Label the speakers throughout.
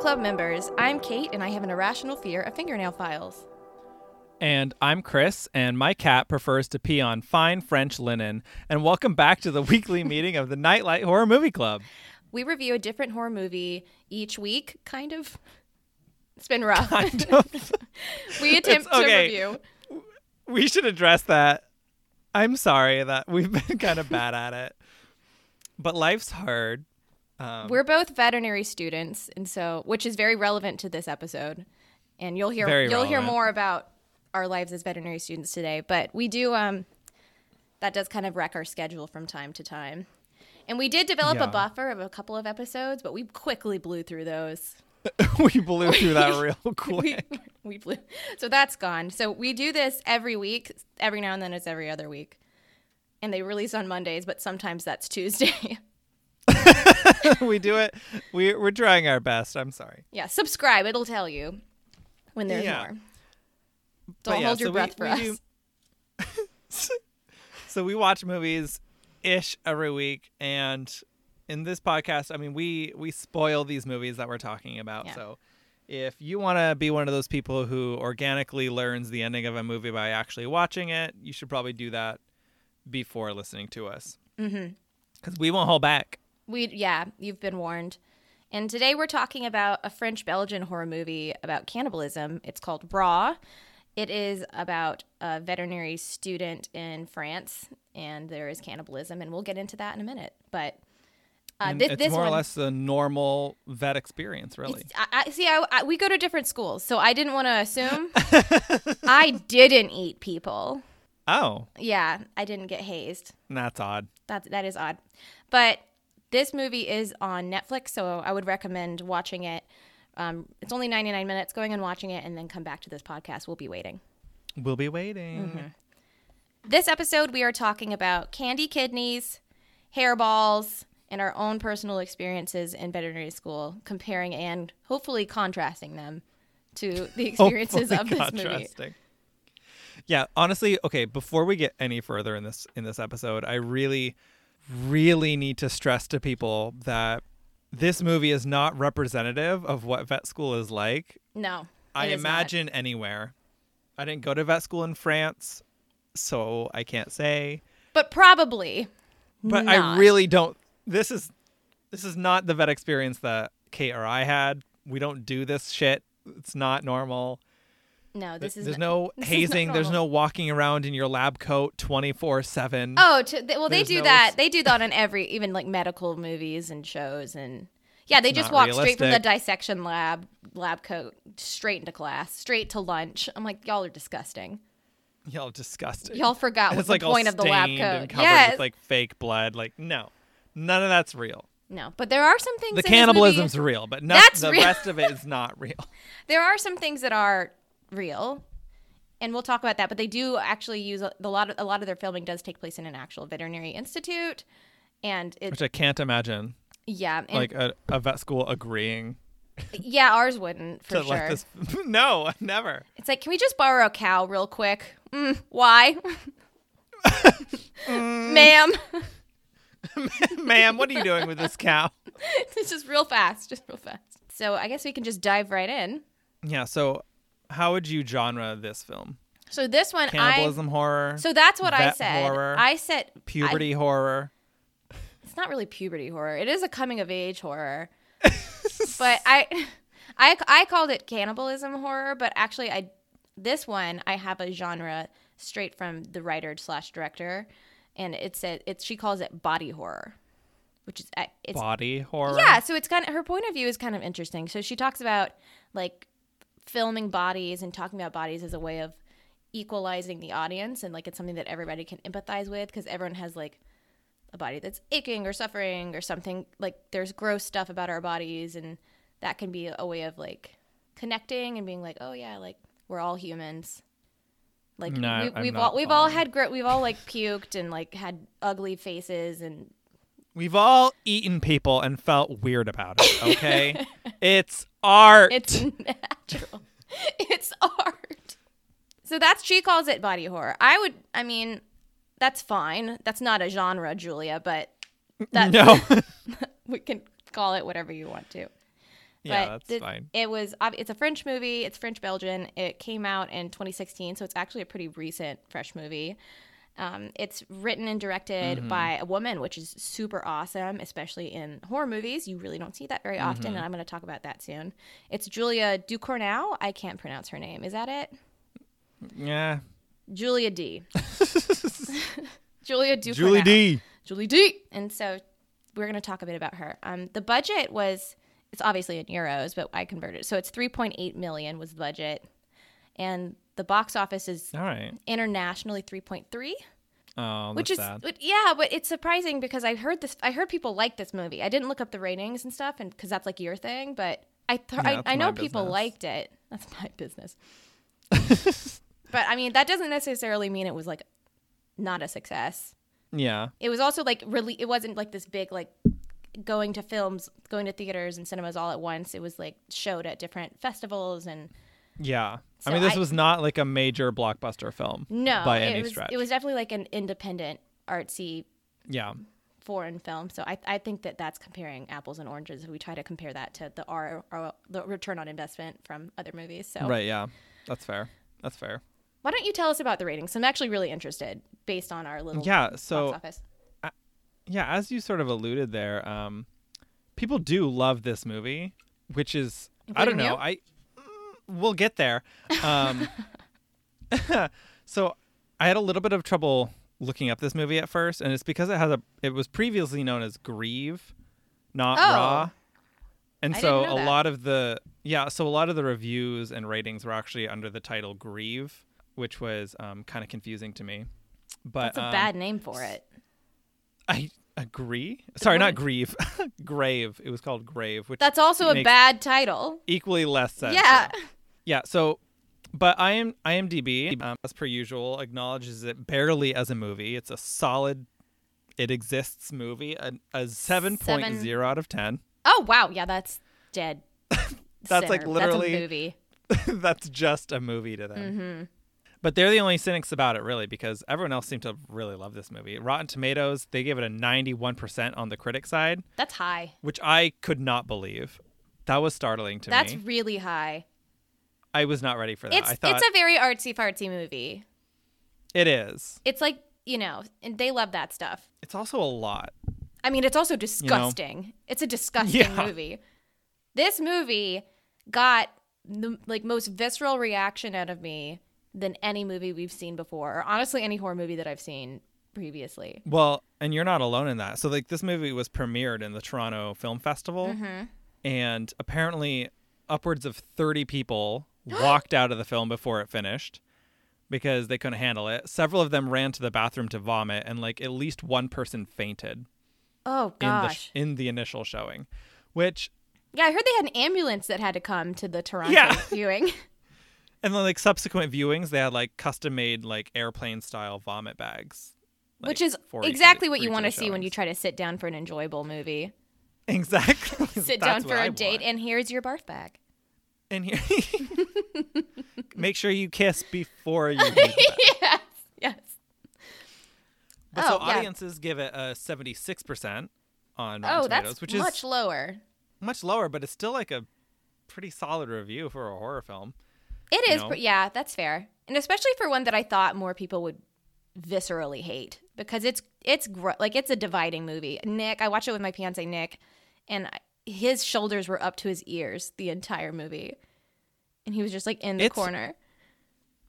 Speaker 1: Club members. I'm Kate, and I have an irrational fear of fingernail files.
Speaker 2: And I'm Chris, and my cat prefers to pee on fine French linen. And welcome back to the weekly meeting of the Nightlight Horror Movie Club.
Speaker 1: We review a different horror movie each week, kind of. It's been rough.
Speaker 2: Kind of.
Speaker 1: we attempt
Speaker 2: It's okay.
Speaker 1: to review.
Speaker 2: we should address that. I'm sorry that we've been kind of bad at it, but life's hard. Um,
Speaker 1: We're both veterinary students, and so which is very relevant to this episode. And you'll hear
Speaker 2: Very
Speaker 1: you'll hear
Speaker 2: relevant.
Speaker 1: more about our lives as veterinary students today. But we do um, that does kind of wreck our schedule from time to time. And we did develop
Speaker 2: Yeah.
Speaker 1: a buffer of a couple of episodes, but we quickly blew through those.
Speaker 2: we blew through that real quick.
Speaker 1: We, we blew. So that's gone. So we do this every week. Every now and then it's every other week. And they release on Mondays, but sometimes that's Tuesday.
Speaker 2: we do it. We we're trying our best. I'm sorry.
Speaker 1: Yeah, subscribe. It'll tell you when there's
Speaker 2: Yeah.
Speaker 1: more.
Speaker 2: But
Speaker 1: Don't
Speaker 2: yeah,
Speaker 1: hold your
Speaker 2: so we-
Speaker 1: breath for us.
Speaker 2: we do- so we watch movies ish every week, and in this podcast, I mean, we we spoil these movies that we're talking about.
Speaker 1: Yeah.
Speaker 2: So if you want to be one of those people who organically learns the ending of a movie by actually watching it, you should probably do that before listening to us, because mm-hmm. we won't hold back.
Speaker 1: We yeah, you've been warned. And today we're talking about a French Belgian horror movie about cannibalism. It's called Raw. It is about a veterinary student in France, and there is cannibalism, and we'll get into that in a minute. But uh,
Speaker 2: And
Speaker 1: thi-
Speaker 2: it's
Speaker 1: this
Speaker 2: more
Speaker 1: one,
Speaker 2: or less the normal vet experience, really.
Speaker 1: it's- I, I, see, I, I, we go to different schools, so I didn't want to assume. I didn't eat people.
Speaker 2: Oh,
Speaker 1: Yeah, I didn't get hazed.
Speaker 2: that's odd.
Speaker 1: That that is odd, but this movie is on Netflix, so I would recommend watching it. Um, it's only ninety nine minutes. Going and watching it, and then come back to this podcast. We'll be waiting.
Speaker 2: We'll be waiting.
Speaker 1: Mm-hmm. This episode, we are talking about candy kidneys, hairballs, and our own personal experiences in veterinary school, comparing and hopefully contrasting them to
Speaker 2: Oh,
Speaker 1: the experiences of
Speaker 2: Hopefully
Speaker 1: this movie.
Speaker 2: contrasting. Yeah, honestly, okay, before we get any further in this in this episode, I really really need to stress to people that this movie is not representative of what vet school is like.
Speaker 1: No, it
Speaker 2: I
Speaker 1: is not.
Speaker 2: imagine anywhere. I didn't go to vet school in France, so I can't say,
Speaker 1: but probably.
Speaker 2: but
Speaker 1: Not.
Speaker 2: I really don't this is this is not the vet experience that Kate or I had. We don't do this shit. It's not normal.
Speaker 1: No, this is
Speaker 2: There's
Speaker 1: not-
Speaker 2: no
Speaker 1: this is not
Speaker 2: hazing. There's no
Speaker 1: normal.
Speaker 2: walking around in your lab coat 24 7.
Speaker 1: Oh, to, th well, they
Speaker 2: There's
Speaker 1: do
Speaker 2: no-
Speaker 1: that. They do that on every, even like medical movies and shows, and yeah, they just
Speaker 2: not
Speaker 1: walk straight from the
Speaker 2: realistic.
Speaker 1: dissection lab lab coat straight into class, straight to lunch. I'm like, y'all are disgusting.
Speaker 2: Y'all disgusting.
Speaker 1: Y'all forgot what
Speaker 2: it's
Speaker 1: the
Speaker 2: like all
Speaker 1: point of the lab
Speaker 2: stained And
Speaker 1: coat.
Speaker 2: covered
Speaker 1: Yes,
Speaker 2: with like fake blood. Like, no, none of that's real.
Speaker 1: no, but there are some things.
Speaker 2: The
Speaker 1: in this movie-
Speaker 2: cannibalism's real, but not,
Speaker 1: That's
Speaker 2: the
Speaker 1: real.
Speaker 2: rest of it is not real.
Speaker 1: there are some things that are real and we'll talk about that but they do actually use a, the lot of, a lot of their filming does take place in an actual veterinary institute and it
Speaker 2: Which I can't imagine
Speaker 1: yeah and
Speaker 2: like a, a vet school agreeing
Speaker 1: yeah ours wouldn't for
Speaker 2: to
Speaker 1: sure
Speaker 2: let this. no, never.
Speaker 1: it's like can we just borrow a cow real quick mm, why ma'am
Speaker 2: Ma'am, what are you doing with this cow?
Speaker 1: it's just real fast just real fast so i guess we can just dive right in
Speaker 2: Yeah, so how would you genre this film?
Speaker 1: so this one i
Speaker 2: Cannibalism horror,
Speaker 1: so that's what i
Speaker 2: vet
Speaker 1: said
Speaker 2: horror,
Speaker 1: i said I-
Speaker 2: puberty horror.
Speaker 1: it's not really puberty horror. It is a coming of age horror. but I, I I called it cannibalism horror, but actually I this one I have a genre straight from the writer slash director, and it's a it's she calls it body horror, which is I- it's
Speaker 2: Body horror.
Speaker 1: yeah. So it's kind of her point of view is kind of interesting. So she talks about like filming bodies and talking about bodies as a way of equalizing the audience and like it's something that everybody can empathize with because everyone has like a body that's aching or suffering or something like there's gross stuff about our bodies and that can be a way of like connecting and being like oh yeah like we're all humans like
Speaker 2: No, I-
Speaker 1: we,
Speaker 2: I'm
Speaker 1: we've
Speaker 2: not
Speaker 1: all we've all
Speaker 2: following.
Speaker 1: had gro- we've all like puked and like had ugly faces and
Speaker 2: We've all eaten people and felt weird about it, okay? it's art.
Speaker 1: It's natural. it's art. So that's she calls it body horror. I would I mean, that's fine. That's not a genre, Julia, but that
Speaker 2: no.
Speaker 1: we can call it whatever you want to.
Speaker 2: Yeah,
Speaker 1: but
Speaker 2: that's
Speaker 1: the-
Speaker 2: fine.
Speaker 1: It was ob- it's a French movie. It's French Belgian. It came out in 2016, so it's actually a pretty recent fresh movie. Um, it's written and directed
Speaker 2: Mm-hmm.
Speaker 1: by a woman, which is super awesome, especially in horror movies. You really don't see that very often,
Speaker 2: Mm-hmm.
Speaker 1: and I'm going to talk about that soon. It's Julia Ducournau. I can't pronounce her name. Is that it?
Speaker 2: Yeah.
Speaker 1: Julia D. Julia Ducournau.
Speaker 2: Julie D.
Speaker 1: Julie D. And so we're going to talk a bit about her. Um, the budget was it's obviously in euros, but I converted. it. So it's 3.8 million was the budget, and the box office is
Speaker 2: All right.
Speaker 1: internationally 3.3,
Speaker 2: Oh, that's
Speaker 1: which is
Speaker 2: sad.
Speaker 1: but- yeah, but it's surprising because I heard this. I heard people like this movie. I didn't look up the ratings and stuff, and because that's like your thing. But I th-
Speaker 2: Yeah,
Speaker 1: I,
Speaker 2: that's
Speaker 1: I know
Speaker 2: my
Speaker 1: people
Speaker 2: business.
Speaker 1: liked it. That's my business. but I mean, that doesn't necessarily mean it was like not a success
Speaker 2: Yeah.
Speaker 1: it was also like really it wasn't like this big like going to films going to theaters and cinemas all at once it was like showed at different festivals and
Speaker 2: Yeah.
Speaker 1: So
Speaker 2: I mean, this
Speaker 1: I-
Speaker 2: was not like a major blockbuster film.
Speaker 1: no
Speaker 2: By
Speaker 1: it
Speaker 2: any
Speaker 1: was
Speaker 2: stretch.
Speaker 1: it was definitely like an independent artsy
Speaker 2: Yeah.
Speaker 1: foreign film so I, I think that that's comparing apples and oranges if we try to compare that to the R, R the return on investment from other movies so
Speaker 2: Right. Yeah. That's fair. That's fair.
Speaker 1: why don't you tell us about the ratings 'Cause i'm actually really interested based on our little
Speaker 2: Yeah.
Speaker 1: box
Speaker 2: So,
Speaker 1: office
Speaker 2: yeah, as you sort of alluded there, um, people do love this movie, which is, I don't
Speaker 1: Including
Speaker 2: know.
Speaker 1: you?
Speaker 2: I, mm, we'll get there. Um, so I had a little bit of trouble looking up this movie at first, and it's because it has a, it was previously known as Grieve, not
Speaker 1: Oh.
Speaker 2: Raw. And
Speaker 1: I
Speaker 2: so
Speaker 1: didn't know
Speaker 2: a
Speaker 1: that.
Speaker 2: lot of the yeah, so a lot of the reviews and ratings were actually under the title Grieve, which was um, kind of confusing to me. But
Speaker 1: that's a
Speaker 2: um,
Speaker 1: bad name for it
Speaker 2: I agree. Sorry,
Speaker 1: one-
Speaker 2: not grieve. grave. It was called grave, which
Speaker 1: that's also a
Speaker 2: makes-
Speaker 1: bad title
Speaker 2: equally less sense.
Speaker 1: yeah
Speaker 2: Yeah. So, but I am IMDb, um, as per usual, acknowledges it barely as a movie. It's a solid. It exists movie a, a 7.0 out of 10.
Speaker 1: Oh wow, yeah, that's dead.
Speaker 2: That's, like,
Speaker 1: center.
Speaker 2: literally-
Speaker 1: that's a movie.
Speaker 2: That's just a movie to them.
Speaker 1: Mm-hmm.
Speaker 2: But they're the only cynics about it, really, because everyone else seemed to really love this movie. Rotten Tomatoes, they gave it a 91% on the critic side,
Speaker 1: That's high.
Speaker 2: which I could not believe. That was startling to
Speaker 1: That's
Speaker 2: me.
Speaker 1: really high.
Speaker 2: I was not ready for that.
Speaker 1: It's
Speaker 2: I thought
Speaker 1: it's a very artsy fartsy movie.
Speaker 2: it is.
Speaker 1: It's like you know, and they love that stuff.
Speaker 2: It's also a lot.
Speaker 1: I mean, it's also disgusting. It's a disgusting
Speaker 2: Yeah.
Speaker 1: movie. This movie got the like most visceral reaction out of me than any movie we've seen before, or honestly, any horror movie that I've seen previously.
Speaker 2: Well, and you're not alone in that. So like this movie was premiered in the Toronto Film Festival,
Speaker 1: Mm-hmm.
Speaker 2: and apparently upwards of 30 people walked out of the film before it finished because they couldn't handle it. Several of them ran to the bathroom to vomit, and like at least one person fainted
Speaker 1: Oh
Speaker 2: in the
Speaker 1: gosh,
Speaker 2: in the initial showing, which
Speaker 1: yeah, I heard they had an ambulance that had to come to the Toronto
Speaker 2: Yeah.
Speaker 1: viewing.
Speaker 2: and then like subsequent viewings they had like custom made like airplane style vomit bags. like,
Speaker 1: which is
Speaker 2: for each of the-
Speaker 1: exactly what you
Speaker 2: for each of
Speaker 1: want
Speaker 2: the
Speaker 1: to see when you
Speaker 2: showings.
Speaker 1: try to sit down for an enjoyable movie.
Speaker 2: Exactly.
Speaker 1: Sit
Speaker 2: That's
Speaker 1: down
Speaker 2: what
Speaker 1: for a
Speaker 2: I
Speaker 1: date,
Speaker 2: want.
Speaker 1: and here's your barf bag.
Speaker 2: And here, make sure you kiss before you. leave the bed.
Speaker 1: Yes.
Speaker 2: But so
Speaker 1: Oh, yeah.
Speaker 2: audiences give it a seventy-six percent on Rotten
Speaker 1: Oh,
Speaker 2: Tomatoes,
Speaker 1: that's
Speaker 2: which
Speaker 1: much
Speaker 2: is
Speaker 1: lower.
Speaker 2: much lower, but it's still like a pretty solid review for a horror film.
Speaker 1: It
Speaker 2: you
Speaker 1: is,
Speaker 2: know?
Speaker 1: pr- yeah, that's fair, and especially for one that I thought more people would viscerally hate because it's it's gr- like it's a dividing movie. Nick, I watched it with my fiance Nick, and I, his shoulders were up to his ears the entire movie, and he was just like in the
Speaker 2: It's-
Speaker 1: corner.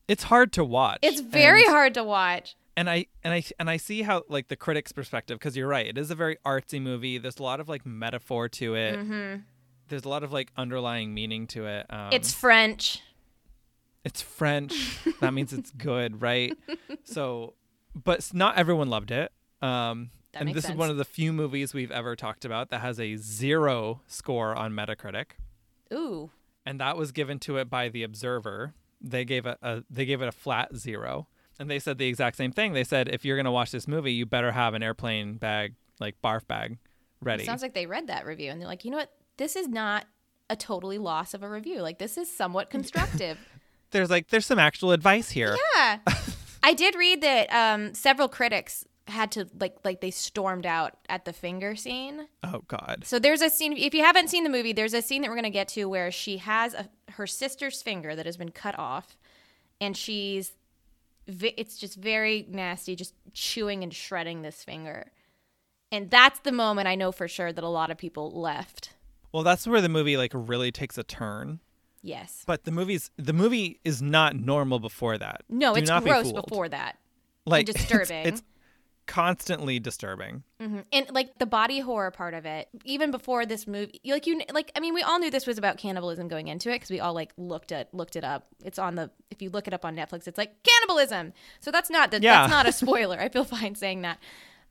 Speaker 2: It's hard to watch.
Speaker 1: It's very
Speaker 2: and,
Speaker 1: hard to watch.
Speaker 2: And I and I and I see how like the critic's perspective because you're right. It is a very artsy movie. There's a lot of like metaphor to it. There's a lot of like underlying meaning to it. Um,
Speaker 1: Mm-hmm. It's French.
Speaker 2: it's French. that means it's good, right? So, but s- not everyone loved it. Um,
Speaker 1: That
Speaker 2: and
Speaker 1: makes
Speaker 2: this
Speaker 1: sense.
Speaker 2: is one of the few movies we've ever talked about that has a zero score on Metacritic,
Speaker 1: Ooh,
Speaker 2: and that was given to it by the Observer. They gave a, a they gave it a flat zero, and they said the exact same thing. They said if you're gonna watch this movie, you better have an airplane bag, like barf bag, ready.
Speaker 1: It sounds like they read that review and they're like, you know what? This is not a totally loss of a review. Like this is somewhat constructive.
Speaker 2: there's like there's some actual advice here.
Speaker 1: yeah. I did read that um, several critics had to like like they stormed out at the finger scene.
Speaker 2: Oh God.
Speaker 1: So there's a scene if you haven't seen the movie, there's a scene that we're going to get to where she has a, her sister's finger that has been cut off and she's vi- it's just very nasty just chewing and shredding this finger. And that's the moment I know for sure that a lot of people left.
Speaker 2: Well, that's where the movie like really takes a turn.
Speaker 1: Yes.
Speaker 2: But the movie's the movie is not normal before that.
Speaker 1: No,
Speaker 2: Do
Speaker 1: it's
Speaker 2: not be
Speaker 1: gross
Speaker 2: fooled.
Speaker 1: before that.
Speaker 2: Like it's-
Speaker 1: disturbing.
Speaker 2: It's, constantly disturbing.
Speaker 1: Mhm. And like the body horror part of it, even before this movie, like you, like I mean, we all knew this was about cannibalism going into it because we all like looked at looked it up. It's on the if you look it up on Netflix, it's like cannibalism. So that's not that,
Speaker 2: Yeah.
Speaker 1: that's not a spoiler. I feel fine saying that,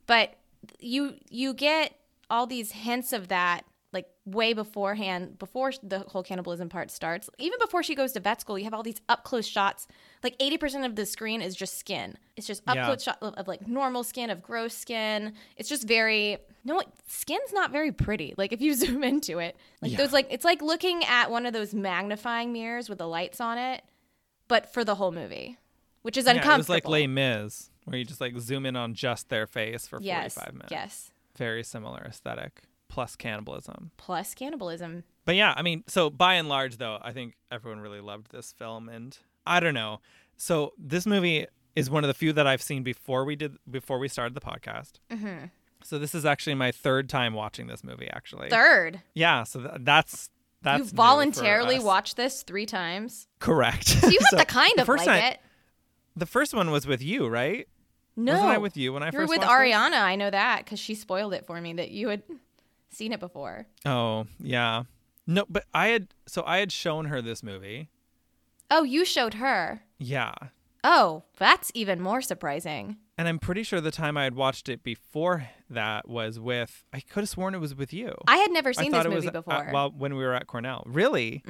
Speaker 1: but you you get all these hints of that like way beforehand before the whole cannibalism part starts even before she goes to vet school you have all these up close shots like 80% of the screen is just skin it's just up
Speaker 2: Yeah.
Speaker 1: close shot of, of like normal skin of gross skin it's just very no skin's not very pretty like if you zoom into it like
Speaker 2: Yeah.
Speaker 1: those like it's like looking at one of those magnifying mirrors with the lights on it but for the whole movie which is uncomfortable
Speaker 2: Yeah, it was like Les Mis, where you just like zoom in on just their face for
Speaker 1: yes
Speaker 2: 45 minutes.
Speaker 1: yes
Speaker 2: Very similar aesthetic, plus cannibalism.
Speaker 1: plus cannibalism
Speaker 2: But yeah, I mean, so by and large, though, I think everyone really loved this film, and I don't know. So this movie is one of the few that I've seen before we did before we started the podcast. Mm-hmm. So this is actually my third time watching this movie. Actually,
Speaker 1: third
Speaker 2: yeah. So th- that's that's
Speaker 1: you
Speaker 2: new for
Speaker 1: voluntarily
Speaker 2: us.
Speaker 1: watched this three times.
Speaker 2: correct.
Speaker 1: So you have
Speaker 2: So
Speaker 1: to kind
Speaker 2: the
Speaker 1: of
Speaker 2: first
Speaker 1: like
Speaker 2: time-
Speaker 1: it.
Speaker 2: The first one was with you, right?
Speaker 1: No,
Speaker 2: Wasn't I with you when I
Speaker 1: you were
Speaker 2: first
Speaker 1: with
Speaker 2: watched this?
Speaker 1: Ariana. I know that because she spoiled it for me that you had seen it before.
Speaker 2: Oh yeah. No, but I had so I had shown her this movie.
Speaker 1: Oh, you showed her.
Speaker 2: Yeah.
Speaker 1: Oh, that's even more surprising.
Speaker 2: And I'm pretty sure the time I had watched it before that was with I could have sworn it was with you.
Speaker 1: I had never seen
Speaker 2: I
Speaker 1: this
Speaker 2: thought it
Speaker 1: movie
Speaker 2: was at-
Speaker 1: before.
Speaker 2: well, when we were at Cornell. Really?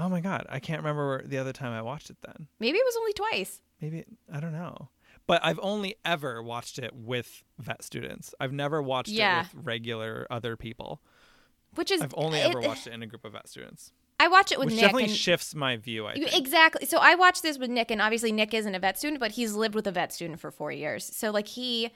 Speaker 2: Oh my god, I can't remember where- the other time I watched it then.
Speaker 1: Maybe it was only twice.
Speaker 2: Maybe I don't know. But I've only ever watched it with vet students. I've never watched
Speaker 1: Yeah.
Speaker 2: it with regular other people.
Speaker 1: Which is
Speaker 2: I've only
Speaker 1: it-
Speaker 2: ever watched it in a group of vet students,
Speaker 1: I watch it with
Speaker 2: which
Speaker 1: Nick.
Speaker 2: definitely
Speaker 1: and
Speaker 2: shifts my view. I
Speaker 1: you-
Speaker 2: think.
Speaker 1: exactly. So I watched this with Nick, and obviously Nick isn't a vet student, but he's lived with a vet student for four years. So like he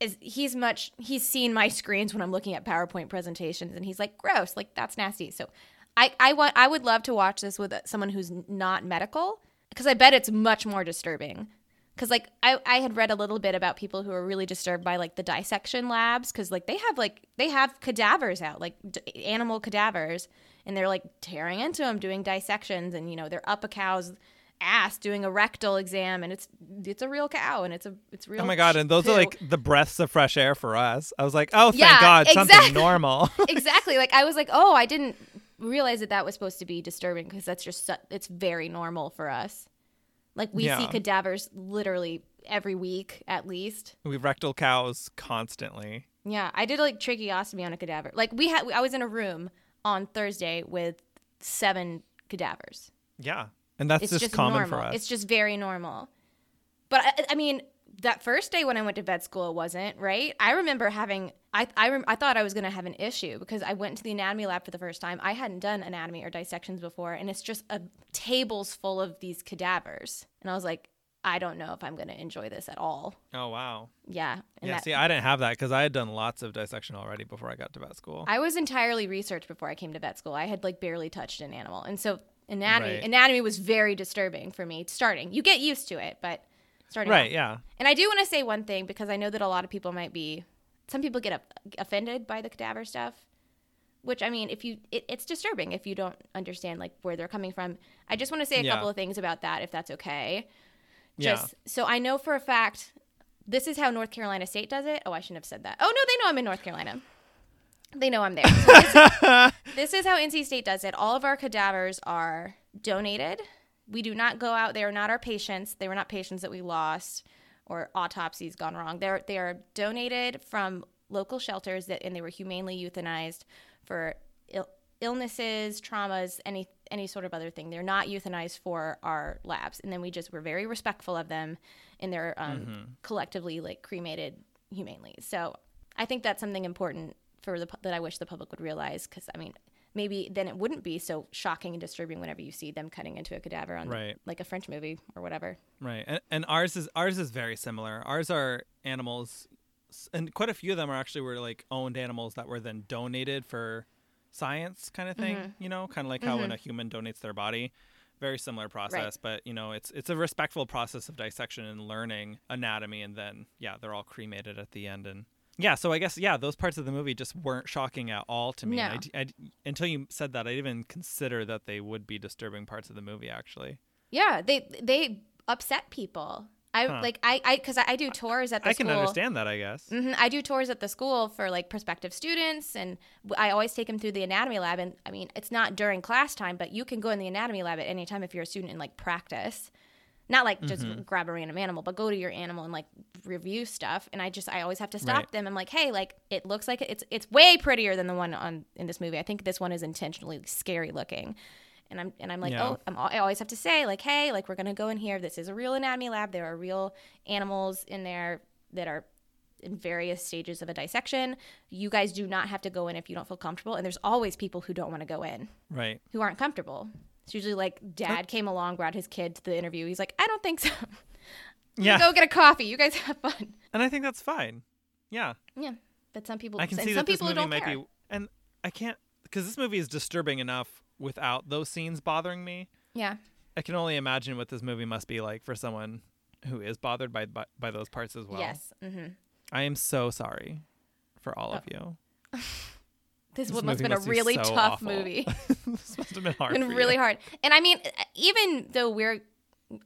Speaker 1: is, he's much. He's seen my screens when I'm looking at PowerPoint presentations, and he's like, "Gross! Like that's nasty." So I, I want, I would love to watch this with uh, someone who's not medical, because I bet it's much more disturbing. Because like I, I had read a little bit about people who are really disturbed by like the dissection labs, because like they have like they have cadavers out, like d- animal cadavers, and they're like tearing into them, doing dissections, and you know they're up a cow's ass doing a rectal exam, and it's it's a real cow, and it's a it's real.
Speaker 2: Oh my god! And those
Speaker 1: poo.
Speaker 2: are like the breaths of fresh air for us. I was like, oh, thank
Speaker 1: Yeah,
Speaker 2: God,
Speaker 1: exactly.
Speaker 2: something normal.
Speaker 1: exactly. Like I was like, oh, I didn't realize that that was supposed to be disturbing because that's just su- it's very normal for us. Like we see
Speaker 2: Yeah.
Speaker 1: cadavers literally every week at least.
Speaker 2: we rectal cows constantly.
Speaker 1: Yeah, I did like tracheostomy on a cadaver. Like we had, I was in a room on Thursday with seven cadavers.
Speaker 2: Yeah, and that's
Speaker 1: It's
Speaker 2: just,
Speaker 1: just
Speaker 2: common
Speaker 1: normal.
Speaker 2: for us.
Speaker 1: It's just very normal. But I, I mean, that first day when I went to vet school, it wasn't right. I remember having I I, rem, I thought I was going to have an issue because I went to the anatomy lab for the first time. I hadn't done anatomy or dissections before, and it's just a tables full of these cadavers, and I was like, I don't know if I'm going to enjoy this at all.
Speaker 2: oh wow.
Speaker 1: Yeah, and
Speaker 2: Yeah.
Speaker 1: that-
Speaker 2: see, I didn't have that because I had done lots of dissection already before I got to vet school.
Speaker 1: I was entirely research before I came to vet school. I had like barely touched an animal, and so anatomy
Speaker 2: Right.
Speaker 1: anatomy was very disturbing for me. Starting, you get used to it, but starting
Speaker 2: right?
Speaker 1: out-
Speaker 2: Yeah.
Speaker 1: And I do want to say one thing because I know that a lot of people might be, some people get up, offended by the cadaver stuff, which I mean, if you, it, it's disturbing if you don't understand like where they're coming from. I just want to say a
Speaker 2: Yeah.
Speaker 1: couple of things about that, if that's okay.
Speaker 2: Yeah.
Speaker 1: Just so I know for a fact, this is how North Carolina State does it. Oh, I shouldn't have said that. Oh no, they know I'm in North Carolina. They know I'm there. So this, this is how NC State does it. All of our cadavers are donated. We do not go out. They are not our patients. They were not patients that we lost or autopsies gone wrong. They're they are donated from local shelters that and they were humanely euthanized for Ill- illnesses, traumas, any any sort of other thing. They're not euthanized for our labs, and then we just were very respectful of them, and they're um, collectively like cremated humanely. So I think that's something important for the pu- that I wish the public would realize because I mean maybe then it wouldn't be so shocking and disturbing whenever you see them cutting into a cadaver on
Speaker 2: Right.
Speaker 1: like a French movie or whatever.
Speaker 2: Right. And, and ours is ours is very similar. Ours are animals s- and quite a few of them are actually were like owned animals that were then donated for science kind of thing you know kind of like how when a human donates their body very similar process but you know it's it's a respectful process of dissection and learning anatomy and then yeah they're all cremated at the end and yeah so i guess yeah those parts of the movie just weren't shocking at all to me
Speaker 1: No.
Speaker 2: I d- I d- until you said that i didn't even consider that they would be disturbing parts of the movie actually
Speaker 1: Yeah, they they upset people. I
Speaker 2: Huh.
Speaker 1: like I I because I, I do tours at the
Speaker 2: i
Speaker 1: school.
Speaker 2: can understand that i guess
Speaker 1: hmm I do tours at the school for like prospective students, and w- I always take them through the anatomy lab. And I mean, it's not during class time, but you can go in the anatomy lab at any time if you're a student and like practice. Not like just
Speaker 2: Mm-hmm.
Speaker 1: grab a random animal, but go to your animal and like review stuff. And I just I always have to stop
Speaker 2: Right.
Speaker 1: them. I'm like, hey, like it looks like it's it's way prettier than the one on in this movie. I think this one is intentionally scary looking. And I'm and I'm like,
Speaker 2: Yeah.
Speaker 1: oh, I'm, al- I always have to say like, hey, like we're gonna go in here. This is a real anatomy lab. There are real animals in there that are in various stages of a dissection. You guys do not have to go in if you don't feel comfortable. And there's always people who don't want to go in,
Speaker 2: right
Speaker 1: who aren't comfortable. It's usually like dad came along, brought his kid to the interview. He's like, I don't think so. I'm gonna
Speaker 2: yeah
Speaker 1: Go get a coffee. You guys have fun.
Speaker 2: and i think that's fine yeah
Speaker 1: Yeah. But some people,
Speaker 2: I can
Speaker 1: and
Speaker 2: see
Speaker 1: some
Speaker 2: that this
Speaker 1: people who
Speaker 2: movie
Speaker 1: don't
Speaker 2: might
Speaker 1: care.
Speaker 2: be, and I can't because this movie is disturbing enough without those scenes bothering me.
Speaker 1: Yeah.
Speaker 2: I can only imagine what this movie must be like for someone who is bothered by by, by those parts as well.
Speaker 1: Yes. hmm
Speaker 2: I am so sorry for all of you.
Speaker 1: Oh. This,
Speaker 2: This
Speaker 1: one must have
Speaker 2: movie
Speaker 1: been a
Speaker 2: must be
Speaker 1: really
Speaker 2: so
Speaker 1: tough
Speaker 2: awful.
Speaker 1: movie.
Speaker 2: this must have been hard.
Speaker 1: been
Speaker 2: for
Speaker 1: really
Speaker 2: you.
Speaker 1: hard. And I mean, even though we're,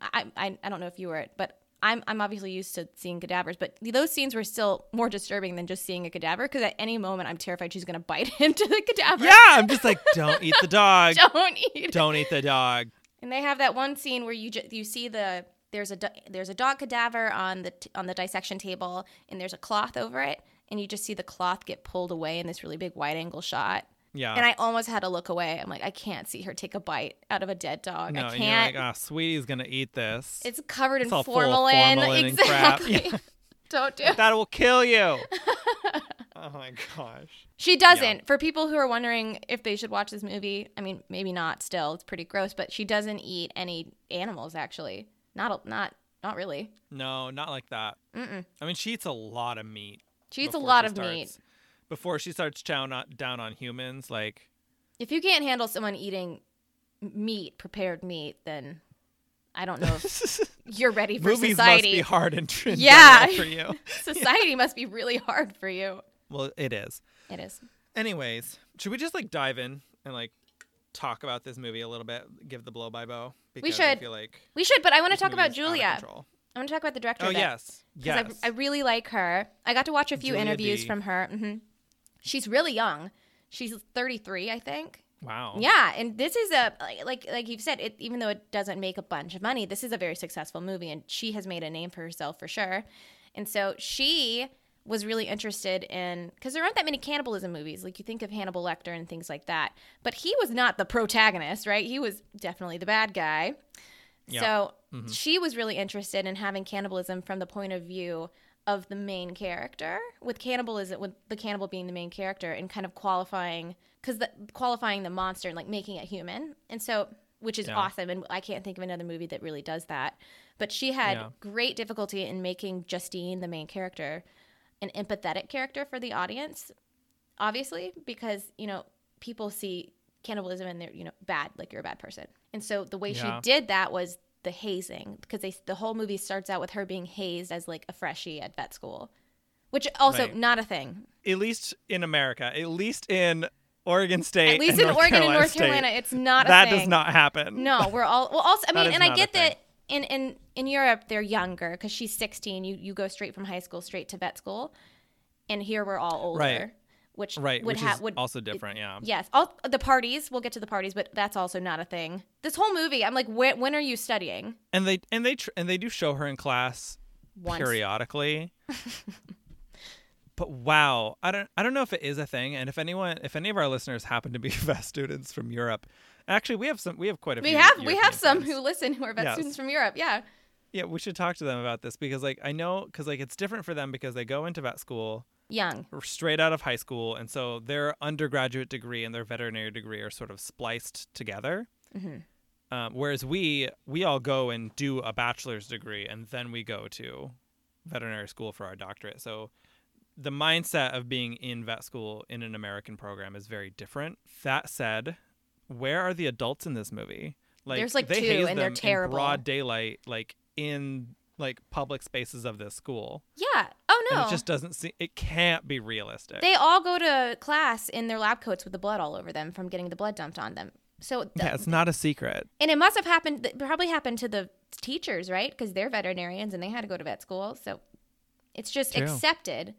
Speaker 1: I, I, I don't know if you were it, but I'm, I'm obviously used to seeing cadavers, but those scenes were still more disturbing than just seeing a cadaver because at any moment I'm terrified she's going to bite into the cadaver.
Speaker 2: Yeah, I'm just like, don't eat the dog.
Speaker 1: Don't eat. it.
Speaker 2: don't eat the dog.
Speaker 1: And they have that one scene where you ju- you see the there's a do- there's a dog cadaver on the t- on the dissection table and there's a cloth over it and you just see the cloth get pulled away in this really big wide angle shot.
Speaker 2: Yeah.
Speaker 1: And I almost had to look away. I'm like, I can't see her take a bite out of a dead dog.
Speaker 2: no,
Speaker 1: I
Speaker 2: and you're like,
Speaker 1: can't.
Speaker 2: ah, sweetie's gonna eat this.
Speaker 1: It's covered in
Speaker 2: It's all full of
Speaker 1: formalin.
Speaker 2: formalin and crap.
Speaker 1: exactly. Don't do.
Speaker 2: that will kill you. oh my gosh.
Speaker 1: She doesn't. For people who are wondering if they should watch this movie, I mean, maybe not. Still, it's pretty gross. But she doesn't eat any animals. Actually, not a, not not really.
Speaker 2: No, not like that.
Speaker 1: Mm-mm.
Speaker 2: I mean, she eats a lot of meat.
Speaker 1: She eats a
Speaker 2: before
Speaker 1: lot
Speaker 2: she
Speaker 1: of meat.
Speaker 2: starts- Before she starts down on, down on humans, like
Speaker 1: If you can't handle someone eating m- meat, prepared meat, then I don't know if you're ready for
Speaker 2: movies must be
Speaker 1: society.
Speaker 2: hard and tr-
Speaker 1: Yeah.
Speaker 2: yeah for you.
Speaker 1: society must be really hard for you.
Speaker 2: Well, it is.
Speaker 1: It is.
Speaker 2: Anyways, should we just like dive in and like talk about this movie a little bit? Give the blow by bow. Because I
Speaker 1: should.
Speaker 2: feel like
Speaker 1: We should, but I want to
Speaker 2: this
Speaker 1: talk
Speaker 2: movie
Speaker 1: about
Speaker 2: is out of
Speaker 1: Julia.
Speaker 2: control.
Speaker 1: I want to talk about the director.
Speaker 2: Oh
Speaker 1: a bit.
Speaker 2: yes,
Speaker 1: because
Speaker 2: yes.
Speaker 1: I, I really like her. I got to watch a few
Speaker 2: Julia
Speaker 1: interviews
Speaker 2: B.
Speaker 1: from her. hmm She's really young. She's 33, I think.
Speaker 2: wow.
Speaker 1: Yeah, and this is a like like like you've said, it, even though it doesn't make a bunch of money, this is a very successful movie, and she has made a name for herself for sure. And so she was really interested in because there aren't that many cannibalism movies. Like you think of Hannibal Lecter and things like that, but he was not the protagonist, right? He was definitely the bad guy.
Speaker 2: Yeah. Mm-hmm.
Speaker 1: So she was really interested in having cannibalism from the point of view of the main character, with cannibalism, with the cannibal being the main character, and kind of qualifying because the qualifying the monster and like making it human, and so which is
Speaker 2: Yeah.
Speaker 1: awesome. And I can't think of another movie that really does that. But she had
Speaker 2: Yeah.
Speaker 1: great difficulty in making Justine the main character an empathetic character for the audience obviously because you know people see cannibalism and they're you know bad like you're a bad person and so the way
Speaker 2: Yeah.
Speaker 1: she did that was the hazing because they the whole movie starts out with her being hazed as like a freshie at vet school which also
Speaker 2: Right.
Speaker 1: not a thing
Speaker 2: At least in America, at least in Oregon State,
Speaker 1: at least
Speaker 2: and
Speaker 1: in
Speaker 2: North
Speaker 1: Oregon
Speaker 2: Carolina
Speaker 1: and North
Speaker 2: State,
Speaker 1: Carolina it's not
Speaker 2: that
Speaker 1: a thing
Speaker 2: does not happen.
Speaker 1: no we're all well also I
Speaker 2: That
Speaker 1: mean
Speaker 2: is
Speaker 1: and I
Speaker 2: not a
Speaker 1: get
Speaker 2: thing.
Speaker 1: that in in in Europe they're younger because she's 16 you you go straight from high school straight to vet school and here we're all older
Speaker 2: Right.
Speaker 1: which
Speaker 2: Right,
Speaker 1: would
Speaker 2: which
Speaker 1: ha-
Speaker 2: is
Speaker 1: would
Speaker 2: also different. yeah.
Speaker 1: Yes, all the parties. We'll get to the parties, but that's also not a thing. This whole movie, I'm like, when, when are you studying?
Speaker 2: and they and they tr- and they do show her in class
Speaker 1: Once.
Speaker 2: periodically. but wow, I don't I don't know if it is a thing. And if anyone, if any of our listeners happen to be vet students from Europe, actually we have some we have quite a
Speaker 1: We
Speaker 2: few.
Speaker 1: have we
Speaker 2: European
Speaker 1: have some
Speaker 2: friends.
Speaker 1: who listen who are vet
Speaker 2: Yes.
Speaker 1: students from Europe. Yeah,
Speaker 2: yeah we should talk to them about this because like I know because like it's different for them because they go into vet school
Speaker 1: young.
Speaker 2: straight out of high school and so their undergraduate degree and their veterinary degree are sort of spliced together
Speaker 1: Mm-hmm.
Speaker 2: um, whereas we we all go and do a bachelor's degree and then we go to veterinary school for our doctorate so the mindset of being in vet school in an American program is very different. That said, where are the adults in this movie? Like
Speaker 1: There's, like,
Speaker 2: they
Speaker 1: two,
Speaker 2: haze
Speaker 1: and they're
Speaker 2: them
Speaker 1: terrible.
Speaker 2: In broad daylight, like in like public spaces of this school,
Speaker 1: Yeah. Oh no.
Speaker 2: and it just doesn't seem. It can't be realistic.
Speaker 1: They all go to class in their lab coats with the blood all over them from getting the blood dumped on them. So, the-
Speaker 2: yeah, it's not a secret.
Speaker 1: and it must have happened, it probably happened to the teachers, right? Because they're veterinarians and they had to go to vet school. So it's just
Speaker 2: True. Mm-hmm.
Speaker 1: accepted.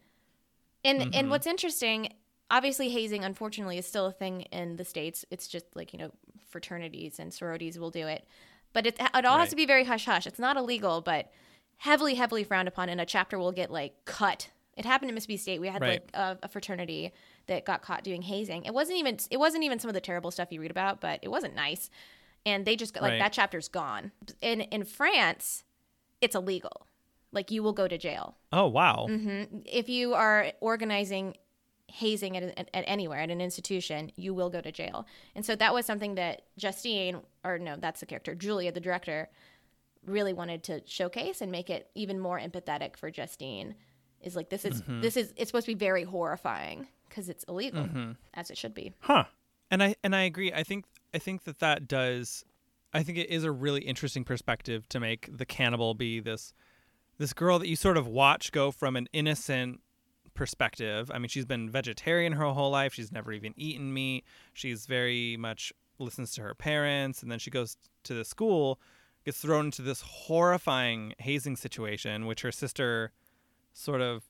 Speaker 1: And, and what's interesting, obviously, hazing, unfortunately, is still a thing in the States. It's just like, you know, fraternities and sororities will do it. But it, it all has
Speaker 2: Right.
Speaker 1: to be very hush hush. It's not illegal, but heavily, heavily frowned upon. And a chapter will get like cut. It happened in Mississippi State. We had
Speaker 2: Right.
Speaker 1: like a, a fraternity that got caught doing hazing. It wasn't even it wasn't even some of the terrible stuff you read about, but it wasn't nice. And they just like
Speaker 2: Right.
Speaker 1: that chapter's gone. In in France, it's illegal. Like you will go to jail
Speaker 2: Oh wow,
Speaker 1: Mm-hmm. if you are organizing hazing at, at, at anywhere at an institution you will go to jail and so that was something that justine or no that's the character julia the director really wanted to showcase and make it even more empathetic for justine is like this is
Speaker 2: Mm-hmm.
Speaker 1: this is it's supposed to be very horrifying because it's illegal
Speaker 2: Mm-hmm.
Speaker 1: as it should be
Speaker 2: huh? And I and I agree. I think I think that that does. I think it is a really interesting perspective to make the cannibal be this this girl that you sort of watch go from an innocent perspective. I mean, she's been vegetarian her whole life. She's never even eaten meat. She's very much listens to her parents, and then she goes to the school, gets thrown into this horrifying hazing situation, which her sister sort of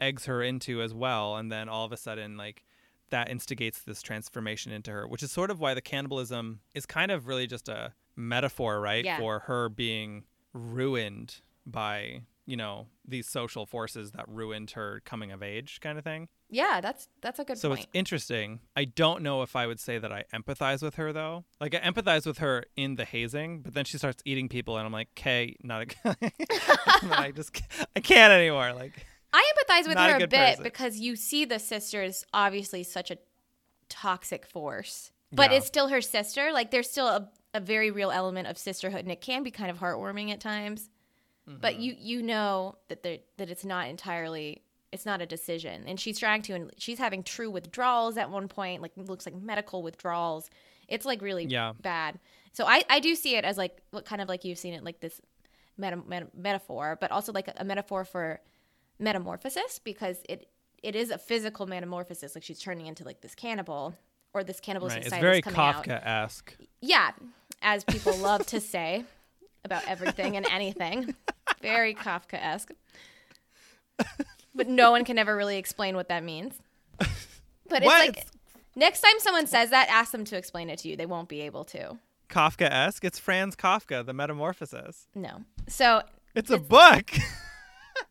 Speaker 2: eggs her into as well. And then all of a sudden, like that instigates this transformation into her, which is sort of why the cannibalism is kind of really just a metaphor, right?
Speaker 1: Yeah.
Speaker 2: For her being ruined by, you know, these social forces that ruined her coming of age kind of thing.
Speaker 1: yeah that's that's a good
Speaker 2: So
Speaker 1: point
Speaker 2: it's interesting. I don't know if I would say that I empathize with her though. Like I empathize with her in the hazing, but then she starts eating people, and I'm like, okay, not a. And I just ca- I can't anymore. Like
Speaker 1: I empathize with
Speaker 2: Not a
Speaker 1: her a,
Speaker 2: good
Speaker 1: bit
Speaker 2: person.
Speaker 1: because you see the sister is obviously such a toxic force, but
Speaker 2: Yeah.
Speaker 1: it's still her sister. Like there's still a, a very real element of sisterhood, and it can be kind of heartwarming at times. But
Speaker 2: Mm-hmm.
Speaker 1: you you know that there- that it's not entirely it's not a decision, and she's trying to, and she's having true withdrawals at one point. Like looks like medical withdrawals. It's like really
Speaker 2: Yeah.
Speaker 1: bad. So I I do see it as like what kind of like you've seen it like this meta, meta, metaphor, but also like a metaphor for metamorphosis because it it is a physical metamorphosis. Like she's turning into like this cannibal or this cannibal
Speaker 2: right, it's
Speaker 1: society
Speaker 2: very
Speaker 1: is coming out.
Speaker 2: Kafka-esque.
Speaker 1: Yeah, as people love to say about everything and anything, very Kafka esque. But no one can ever really explain what that means. But it's
Speaker 2: What?
Speaker 1: like next time someone says that, ask them to explain it to you. They won't be able to.
Speaker 2: Kafka-esque. It's Franz Kafka, The Metamorphosis.
Speaker 1: No. So
Speaker 2: It's a book.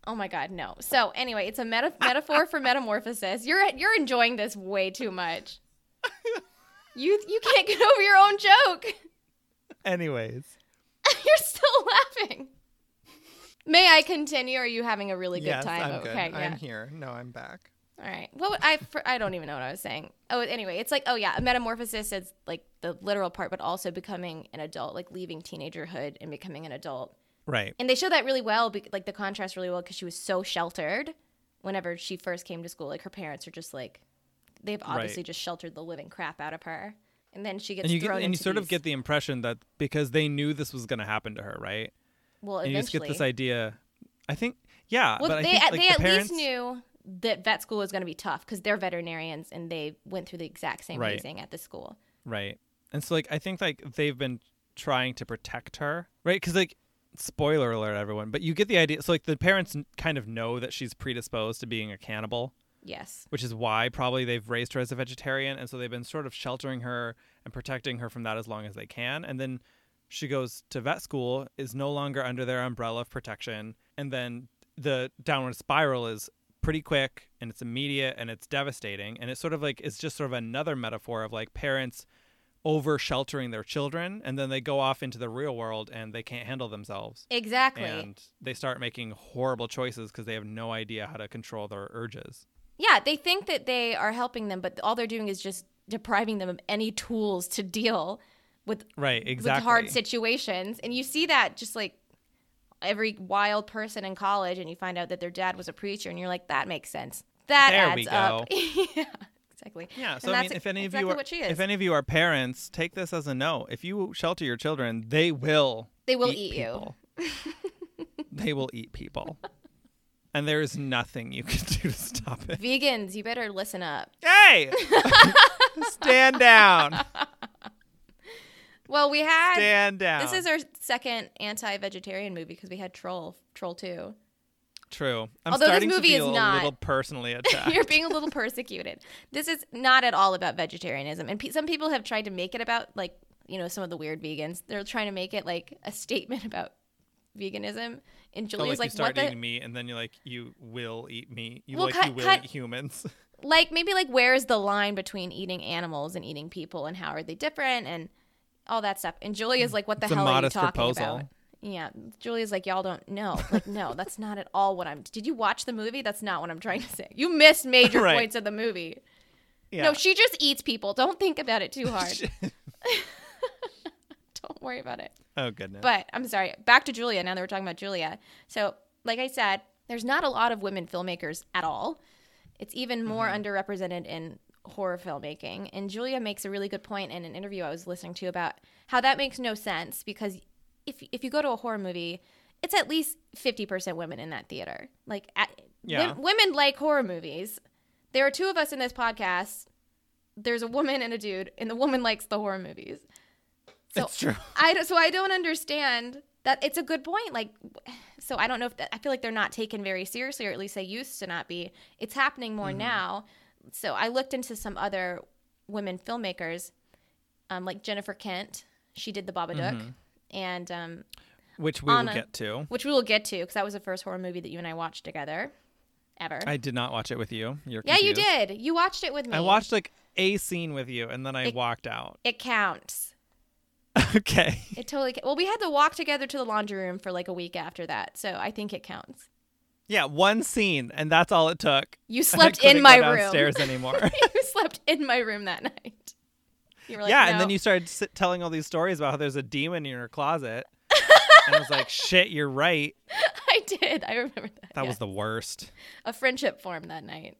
Speaker 1: Oh my God, no. So anyway, it's a meta- metaphor for metamorphosis. You're you're enjoying this way too much. You you can't get over your own joke.
Speaker 2: Anyways,
Speaker 1: You're still laughing. May I continue? Or are you having a really good
Speaker 2: yes,
Speaker 1: time?
Speaker 2: I'm good.
Speaker 1: okay,
Speaker 2: I'm
Speaker 1: yeah.
Speaker 2: here. No, I'm back.
Speaker 1: All right. Well, I for- I don't even know what I was saying. Oh, anyway, it's like oh yeah, a metamorphosis is like the literal part, but also becoming an adult, like leaving teenagerhood and becoming an adult.
Speaker 2: Right.
Speaker 1: and they show that really well bec- like the contrast really well because she was so sheltered whenever she first came to school like her parents are just like they've obviously
Speaker 2: Right.
Speaker 1: just sheltered the living crap out of her and then she gets
Speaker 2: And you
Speaker 1: thrown
Speaker 2: get, and you
Speaker 1: into
Speaker 2: sort of
Speaker 1: these-
Speaker 2: get the impression that because they knew this was going to happen to her, right?
Speaker 1: well
Speaker 2: And you just
Speaker 1: eventually
Speaker 2: get this idea. I think, yeah.
Speaker 1: well
Speaker 2: but I
Speaker 1: they,
Speaker 2: think, like,
Speaker 1: they
Speaker 2: the
Speaker 1: at
Speaker 2: parents,
Speaker 1: least knew that vet school was going to be tough because they're veterinarians and they went through the exact same
Speaker 2: Right.
Speaker 1: hazing at the school
Speaker 2: Right. And so like I think like they've been trying to protect her, right? Cuz like spoiler alert everyone, but you get the idea so like the parents n- kind of know that she's predisposed to being a cannibal,
Speaker 1: yes
Speaker 2: which is why probably they've raised her as a vegetarian and so they've been sort of sheltering her and protecting her from that as long as they can. And then she goes to vet school is no longer under their umbrella of protection and then the downward spiral is pretty quick and it's immediate and it's devastating and it's sort of like it's just sort of another metaphor of like parents over sheltering their children and then they go off into the real world and they can't handle themselves
Speaker 1: exactly
Speaker 2: and they start making horrible choices because they have no idea how to control their urges
Speaker 1: yeah they think that they are helping them but all they're doing is just depriving them of any tools to deal with
Speaker 2: right exactly
Speaker 1: with hard situations. And you see that just like every wild person in college, and you find out that their dad was a preacher, and you're like, that makes sense. that
Speaker 2: There
Speaker 1: adds
Speaker 2: we
Speaker 1: up. yeah, exactly.
Speaker 2: Yeah. So
Speaker 1: and
Speaker 2: I
Speaker 1: that's
Speaker 2: mean, if any of
Speaker 1: exactly
Speaker 2: you are,
Speaker 1: what she is.
Speaker 2: if any of you are parents, take this as a no. If you shelter your children, they will.
Speaker 1: They will eat you.
Speaker 2: people. they will eat people, and there is nothing you can do to stop it.
Speaker 1: Vegans, you better listen up.
Speaker 2: Hey, stand down.
Speaker 1: Well, we had
Speaker 2: Stand down.
Speaker 1: this is our second anti-vegetarian movie because we had Troll, Troll Two.
Speaker 2: true. I'm
Speaker 1: Although this
Speaker 2: starting
Speaker 1: movie
Speaker 2: to
Speaker 1: is
Speaker 2: feel a
Speaker 1: not-
Speaker 2: little personally attacked.
Speaker 1: You're being a little persecuted. This is not at all about vegetarianism, and pe- some people have tried to make it about like you know some of the weird vegans. They're trying to make it like a statement about veganism, and
Speaker 2: So, like,
Speaker 1: Julie's
Speaker 2: you
Speaker 1: like,
Speaker 2: start
Speaker 1: "What the
Speaker 2: eating meat, and then you're like, you will eat meat. You
Speaker 1: Well,
Speaker 2: like, you
Speaker 1: cut-
Speaker 2: will
Speaker 1: cut-
Speaker 2: eat humans.
Speaker 1: like maybe like where is the line between eating animals and eating people and how are they different and all that stuff and julia's like what the
Speaker 2: It's a
Speaker 1: hell are you
Speaker 2: modest
Speaker 1: talking
Speaker 2: proposal.
Speaker 1: about yeah julia's like y'all don't know like no that's not at all what i'm did you watch the movie that's not what i'm trying to say you missed major
Speaker 2: Right.
Speaker 1: points of the movie
Speaker 2: Yeah.
Speaker 1: no she just eats people don't think about it too hard don't worry about it
Speaker 2: oh goodness.
Speaker 1: but I'm sorry, back to Julia now that we're talking about Julia. So, like I said, there's not a lot of women filmmakers at all. It's even more underrepresented in horror filmmaking. And Julia makes a really good point in an interview I was listening to about how that makes no sense because if if you go to a horror movie, it's at least 50% women in that theater. Like at,
Speaker 2: Yeah.
Speaker 1: wom- women like horror movies. There are two of us in this podcast. There's a woman and a dude, and the woman likes the horror movies. So
Speaker 2: it's true.
Speaker 1: I don't- so I don't understand that it's a good point. Like, so I don't know if that, I feel like they're not taken very seriously, or at least they used to not be. It's happening more
Speaker 2: Mm-hmm.
Speaker 1: now. So I looked into some other women filmmakers, um, like Jennifer Kent. She did The Babadook,
Speaker 2: Mm-hmm.
Speaker 1: and um,
Speaker 2: Which we
Speaker 1: Anna.
Speaker 2: will get to.
Speaker 1: which we will get to because that was the first horror movie that you and I watched together, ever.
Speaker 2: I did not watch it with you. You're
Speaker 1: yeah, you
Speaker 2: confused.
Speaker 1: did. You watched it with me.
Speaker 2: I watched like a scene with you, and then I
Speaker 1: It-
Speaker 2: walked out.
Speaker 1: It counts.
Speaker 2: okay.
Speaker 1: It totally. Ca- well, we had to walk together to the laundry room for like a week after that, so I think it counts.
Speaker 2: Yeah, one scene, and that's all it took.
Speaker 1: You
Speaker 2: And I
Speaker 1: slept
Speaker 2: couldn't
Speaker 1: in my
Speaker 2: go
Speaker 1: room.
Speaker 2: downstairs anymore.
Speaker 1: you slept in my room that night. You were like,
Speaker 2: yeah, and
Speaker 1: "No."
Speaker 2: then you started s- telling all these stories about how there's a demon in your closet. and I was like, "Shit, you're right."
Speaker 1: I did. I remember that.
Speaker 2: That
Speaker 1: yeah.
Speaker 2: was the worst.
Speaker 1: a friendship formed that night.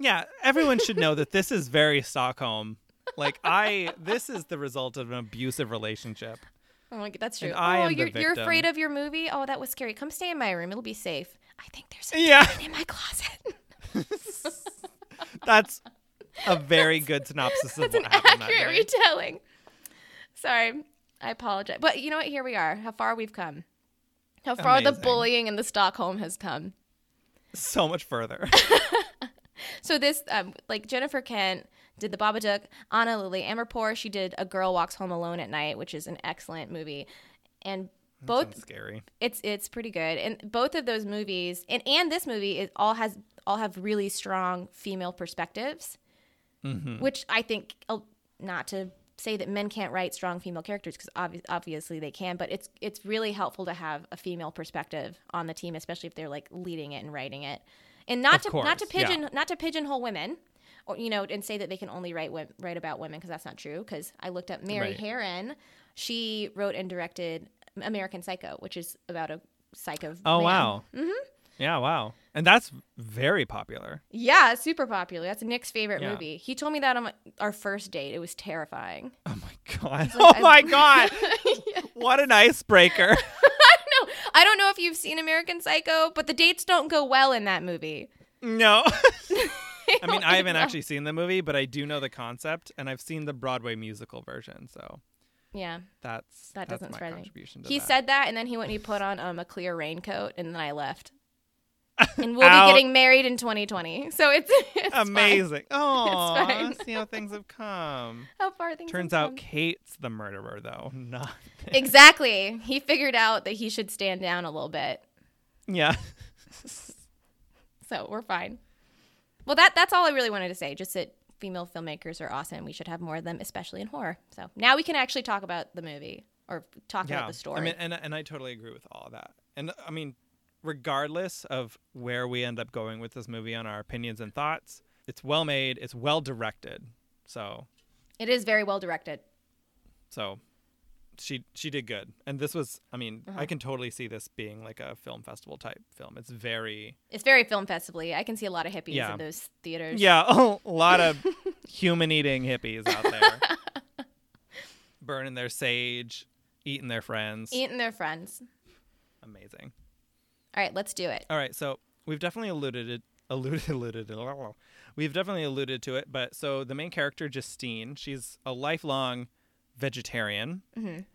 Speaker 2: Yeah, everyone should know that this is very Stockholm. Like I, this is the result of an abusive relationship.
Speaker 1: Oh my god, that's true.
Speaker 2: And I
Speaker 1: oh,
Speaker 2: am the
Speaker 1: you're, you're
Speaker 2: victim.
Speaker 1: afraid of your movie? Oh, that was scary. Come stay in my room. It'll be safe. I think there's a
Speaker 2: Yeah.
Speaker 1: demon in my closet.
Speaker 2: That's a very good synopsis of
Speaker 1: That's an
Speaker 2: what happened that
Speaker 1: accurate
Speaker 2: night.
Speaker 1: retelling. Sorry, I apologize. But you know what? Here we are. How far we've come. How far the
Speaker 2: Amazing.
Speaker 1: bullying and the Stockholm has come.
Speaker 2: so much further.
Speaker 1: So this, um, like Jennifer Kent did the Babadook, Anna Lily Amarpour, she did A Girl Walks Home Alone at Night, which is an excellent movie, and both
Speaker 2: Sounds scary.
Speaker 1: it's it's pretty good. And both of those movies, and and this movie is all has all have really strong female perspectives,
Speaker 2: Mm-hmm.
Speaker 1: which I think uh, not to say that men can't write strong female characters because obviously they can, but it's it's really helpful to have a female perspective on the team, especially if they're like leading it and writing it, and not
Speaker 2: Of
Speaker 1: to not to
Speaker 2: course, yeah.
Speaker 1: pigeon not to pigeonhole women. Or, you know, and say that they can only write wom- write about women because that's not true. Because I looked up Mary
Speaker 2: Right.
Speaker 1: Heron, she wrote and directed American Psycho, which is about a psycho.
Speaker 2: Oh
Speaker 1: man.
Speaker 2: wow. Mm-hmm. Yeah, wow. And that's very popular.
Speaker 1: Yeah, it's super popular. That's Nick's favorite
Speaker 2: Yeah.
Speaker 1: movie. He told me that on our first date. It was terrifying.
Speaker 2: Oh my god. oh my god. What an icebreaker.
Speaker 1: No, I don't know if you've seen American Psycho, but the dates don't go well in that movie.
Speaker 2: no. I mean, I haven't actually seen the movie, but I do know the concept and I've seen the Broadway musical version, so
Speaker 1: Yeah,
Speaker 2: that's
Speaker 1: that
Speaker 2: that's
Speaker 1: doesn't
Speaker 2: my
Speaker 1: surprise me.
Speaker 2: contribution to
Speaker 1: He
Speaker 2: that.
Speaker 1: said that, and then he went and he put on um, a clear raincoat, and then I left. And we'll
Speaker 2: Out.
Speaker 1: be getting married in 2020, so it's, it's fine.
Speaker 2: Amazing. Oh,
Speaker 1: fine.
Speaker 2: see how things have come.
Speaker 1: How far things have
Speaker 2: Turns out
Speaker 1: come.
Speaker 2: Kate's the murderer though, not
Speaker 1: exactly. He figured out that he should stand down a little bit.
Speaker 2: Yeah.
Speaker 1: so we're fine. Well, that that's all I really wanted to say. Just that female filmmakers are awesome. We should have more of them, especially in horror. So now we can actually talk about the movie or talk about the story.
Speaker 2: I mean, and and I totally agree with all that. And I mean, regardless of where we end up going with this movie on our opinions and thoughts, it's well made, it's well directed. So
Speaker 1: it is very well directed.
Speaker 2: so she she did good. And this was, I mean,
Speaker 1: Uh-huh.
Speaker 2: I can totally see this being like a film festival type film. It's very
Speaker 1: It's very film festival-y. I can see a lot of hippies
Speaker 2: Yeah.
Speaker 1: in those theaters.
Speaker 2: yeah, a lot of human eating hippies out there, burning their sage, eating their friends.
Speaker 1: Eating their friends.
Speaker 2: Amazing.
Speaker 1: All right, let's do it.
Speaker 2: All right, so we've definitely alluded it, alluded, alluded, blah, blah, blah. we've definitely alluded to it. But so the main character, Justine, she's a lifelong vegetarian,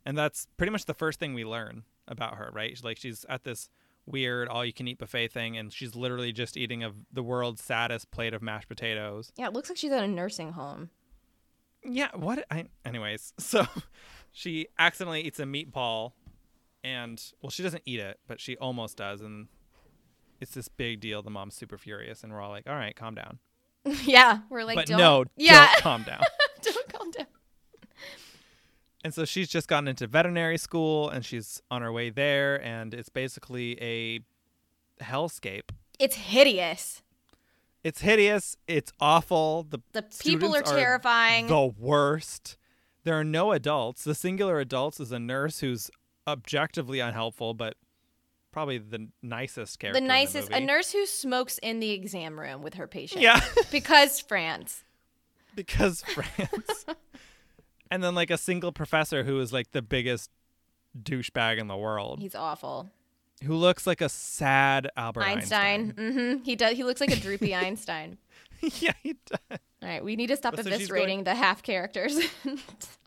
Speaker 2: and that's pretty much the first thing we learn about her, right? She's Like she's at this weird all-you-can-eat buffet thing, and she's literally just eating of the world's saddest plate of mashed potatoes.
Speaker 1: Yeah, it looks like she's at a nursing home.
Speaker 2: Yeah, what? I, anyways, so she accidentally eats a meatball, and well, she doesn't eat it, but she almost does, and it's this big deal. The mom's super furious, and we're all like, "All right, calm down."
Speaker 1: yeah, we're like,
Speaker 2: but
Speaker 1: don't,
Speaker 2: no,
Speaker 1: yeah,
Speaker 2: don't calm down.
Speaker 1: don't, calm down.
Speaker 2: and so she's just gotten into veterinary school, and she's on her way there, and it's basically a hellscape.
Speaker 1: It's hideous.
Speaker 2: It's hideous. It's awful. The
Speaker 1: The people are
Speaker 2: students
Speaker 1: terrifying.
Speaker 2: The worst. There are no adults. The singular adults is a nurse who's objectively unhelpful, but probably the nicest character.
Speaker 1: the
Speaker 2: in
Speaker 1: nicest, a
Speaker 2: movie.
Speaker 1: nurse who smokes in the exam room with her patient.
Speaker 2: Yeah,
Speaker 1: because France.
Speaker 2: because France. and then like a single professor who is like the biggest douchebag in the world,
Speaker 1: He's awful.
Speaker 2: who looks like a sad Albert
Speaker 1: Einstein. Mm-hmm. He does. He looks like a droopy Einstein.
Speaker 2: Einstein. yeah, he does.
Speaker 1: All right, we need to stop
Speaker 2: So she's
Speaker 1: eviscerating the half characters.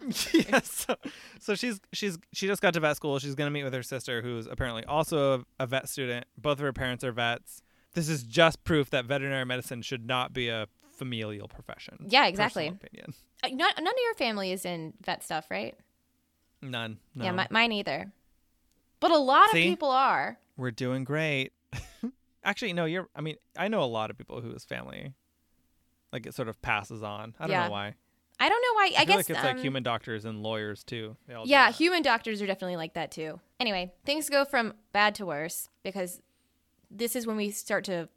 Speaker 1: Uh,
Speaker 2: yeah, so, so she's she's she just got to vet school. She's gonna meet with her sister, who's apparently also a, a vet student. Both of her parents are vets. This is just proof that veterinary medicine should not be a familial profession.
Speaker 1: Yeah, exactly.
Speaker 2: Personal Opinion.
Speaker 1: Uh, Not, none of your family is in vet stuff, right?
Speaker 2: None. No.
Speaker 1: Yeah, mi- mine either. But a lot
Speaker 2: See?
Speaker 1: of people are.
Speaker 2: We're doing great. Actually, no. You're. I mean, I know a lot of people whose family, like, it sort of passes on. I don't
Speaker 1: Yeah.
Speaker 2: know why.
Speaker 1: I don't know why. I,
Speaker 2: I, feel
Speaker 1: guess
Speaker 2: like it's
Speaker 1: um,
Speaker 2: like human doctors and lawyers too. They all do
Speaker 1: Yeah,
Speaker 2: that.
Speaker 1: human doctors are definitely like that too. Anyway, things go from bad to worse because this is when we start to